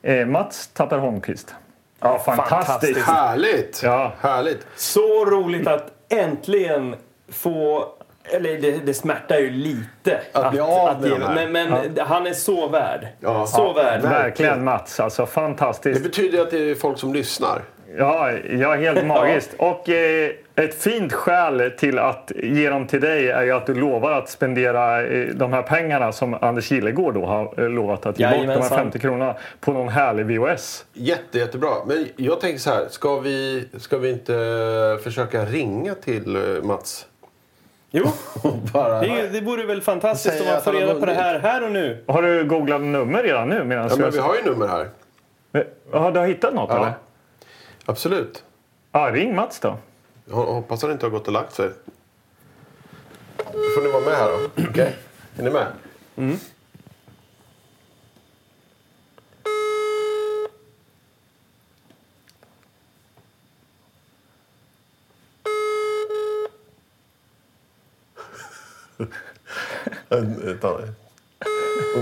S3: Eh, Mats Tapper Holmqvist. Ja, fantastiskt!
S1: Fantastiskt.
S2: Härligt!
S3: Ja.
S2: Härligt.
S1: Så roligt att äntligen få... Eller det, det smärtar ju lite.
S2: Att bli av med
S1: ge-
S2: de här.
S1: Men, men han är så värd.
S2: Ja.
S1: Så
S2: Ja.
S1: värd.
S3: Verkligen Mats, alltså
S2: Det
S3: fantastiskt.
S2: betyder att det är folk som lyssnar.
S3: Ja, ja helt magiskt. Och eh, ett fint skäl till att ge dem till dig är ju att du lovar att spendera eh, de här pengarna som Anders Gillegård då har eh, lovat att ge bort, de här
S1: Jajamensan.
S3: 50 kronorna, på någon härlig VOS.
S2: Jätte, jättebra. Men jag tänker så här, ska vi, ska vi inte försöka ringa till eh, Mats?
S1: Jo,
S2: Bara...
S1: det, är- det vore väl fantastiskt
S2: Säg
S1: om man
S2: att
S1: får
S2: han har
S1: reda på det
S2: vunnit.
S1: här, här och nu.
S3: Har du googlat nummer redan nu? Medan
S2: Ja, men
S3: jag...
S2: vi har ju nummer här.
S3: Ja, du har hittat något? Ja,
S2: Eller? Absolut.
S3: ja ring Mats då.
S2: Jag hoppas han inte har gått och lagt sig. Då får ni vara med här då. Okej? Är ni med? Mm. Ett annat-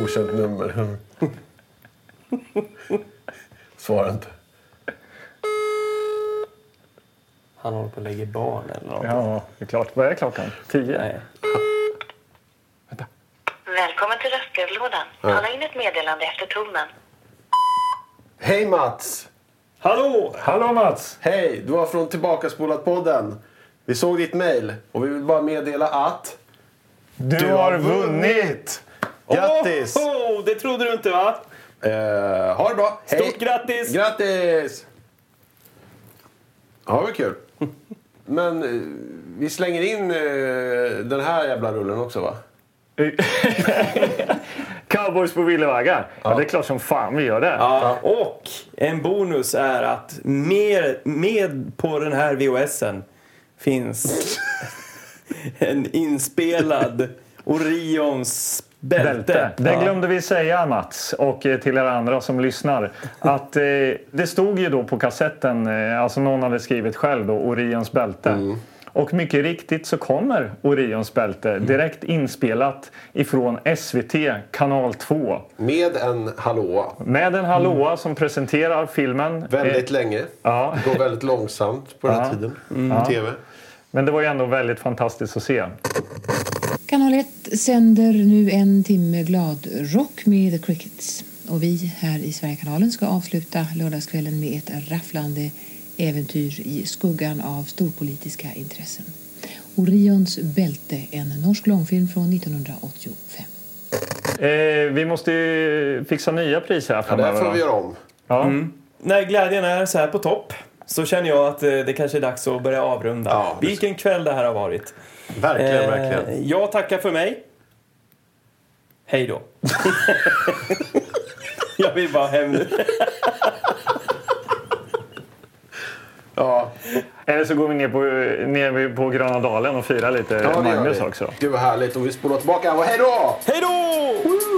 S2: Okänt nummer. Svara inte.
S1: Han håller på att lägga barn eller något.
S3: Ja, det är klart. Vad är klockan? Tio?
S1: Nej.
S9: Välkommen till röstbrevlådan. Tala in ett meddelande efter tonen.
S2: Hej Mats!
S1: Hallå!
S3: Hallå Mats!
S2: Hej, du var från Tillbakaspolat-podden. Vi såg ditt mejl och vi vill bara meddela att...
S3: Du, har vunnit!
S2: Grattis!
S1: Oho, det trodde du inte va?
S2: Eh, ha det bra! Hej.
S1: Stort grattis!
S2: Grattis! Ja, vad kul. Men eh, vi slänger in eh, den här jävla rullen också va?
S3: Cowboys på villovägar. Ja. det är klart som fan vi gör det.
S1: Ja, och en bonus är att mer, med på den här VHSen finns en inspelad Orions bälte.
S3: Bälte. Det
S1: Ja.
S3: glömde vi säga Mats och eh, till er andra som lyssnar. Att eh, det stod ju då på kassetten, eh, alltså någon hade skrivit själv då, Orions bälte.
S2: Mm.
S3: Och mycket riktigt så kommer Orions bälte
S2: Mm.
S3: direkt inspelat ifrån SVT kanal 2.
S2: Med en hallåa.
S3: Med en hallåa som presenterar filmen.
S2: Mm. Väldigt
S3: Eh,
S2: länge.
S3: Ja. Mm.
S2: Går väldigt långsamt på den här tiden. På TV.
S3: Men det var ju ändå väldigt fantastiskt att se.
S10: Kanal 1 sänder nu en timme glad rock med The Crickets. Och vi här i Sverigekanalen ska avsluta lördagskvällen med ett rafflande äventyr i skuggan av storpolitiska intressen. Orions bälte, en norsk långfilm från 1985.
S3: Eh, vi måste ju fixa nya priser här
S2: Ja, det
S3: framöver.
S2: här får
S3: då.
S2: vi göra om.
S3: Ja.
S1: När glädjen är så här på topp så känner jag att eh, det kanske är dags att börja avrunda.
S2: Ja, det-
S1: Vilken kväll det här har varit.
S2: Verkligen,
S1: Eh,
S2: verkligen.
S1: Jag tackar för mig. Hej då. jag vill bara hem nu.
S2: Ja,
S3: Eller så går vi ner på, ner på Gröna Dalen och firar lite
S2: ja det gör
S3: Magnus
S2: vi.
S3: också.
S2: Gud vad härligt. Och vi spolar tillbaka. Och hej då!
S1: Hej då!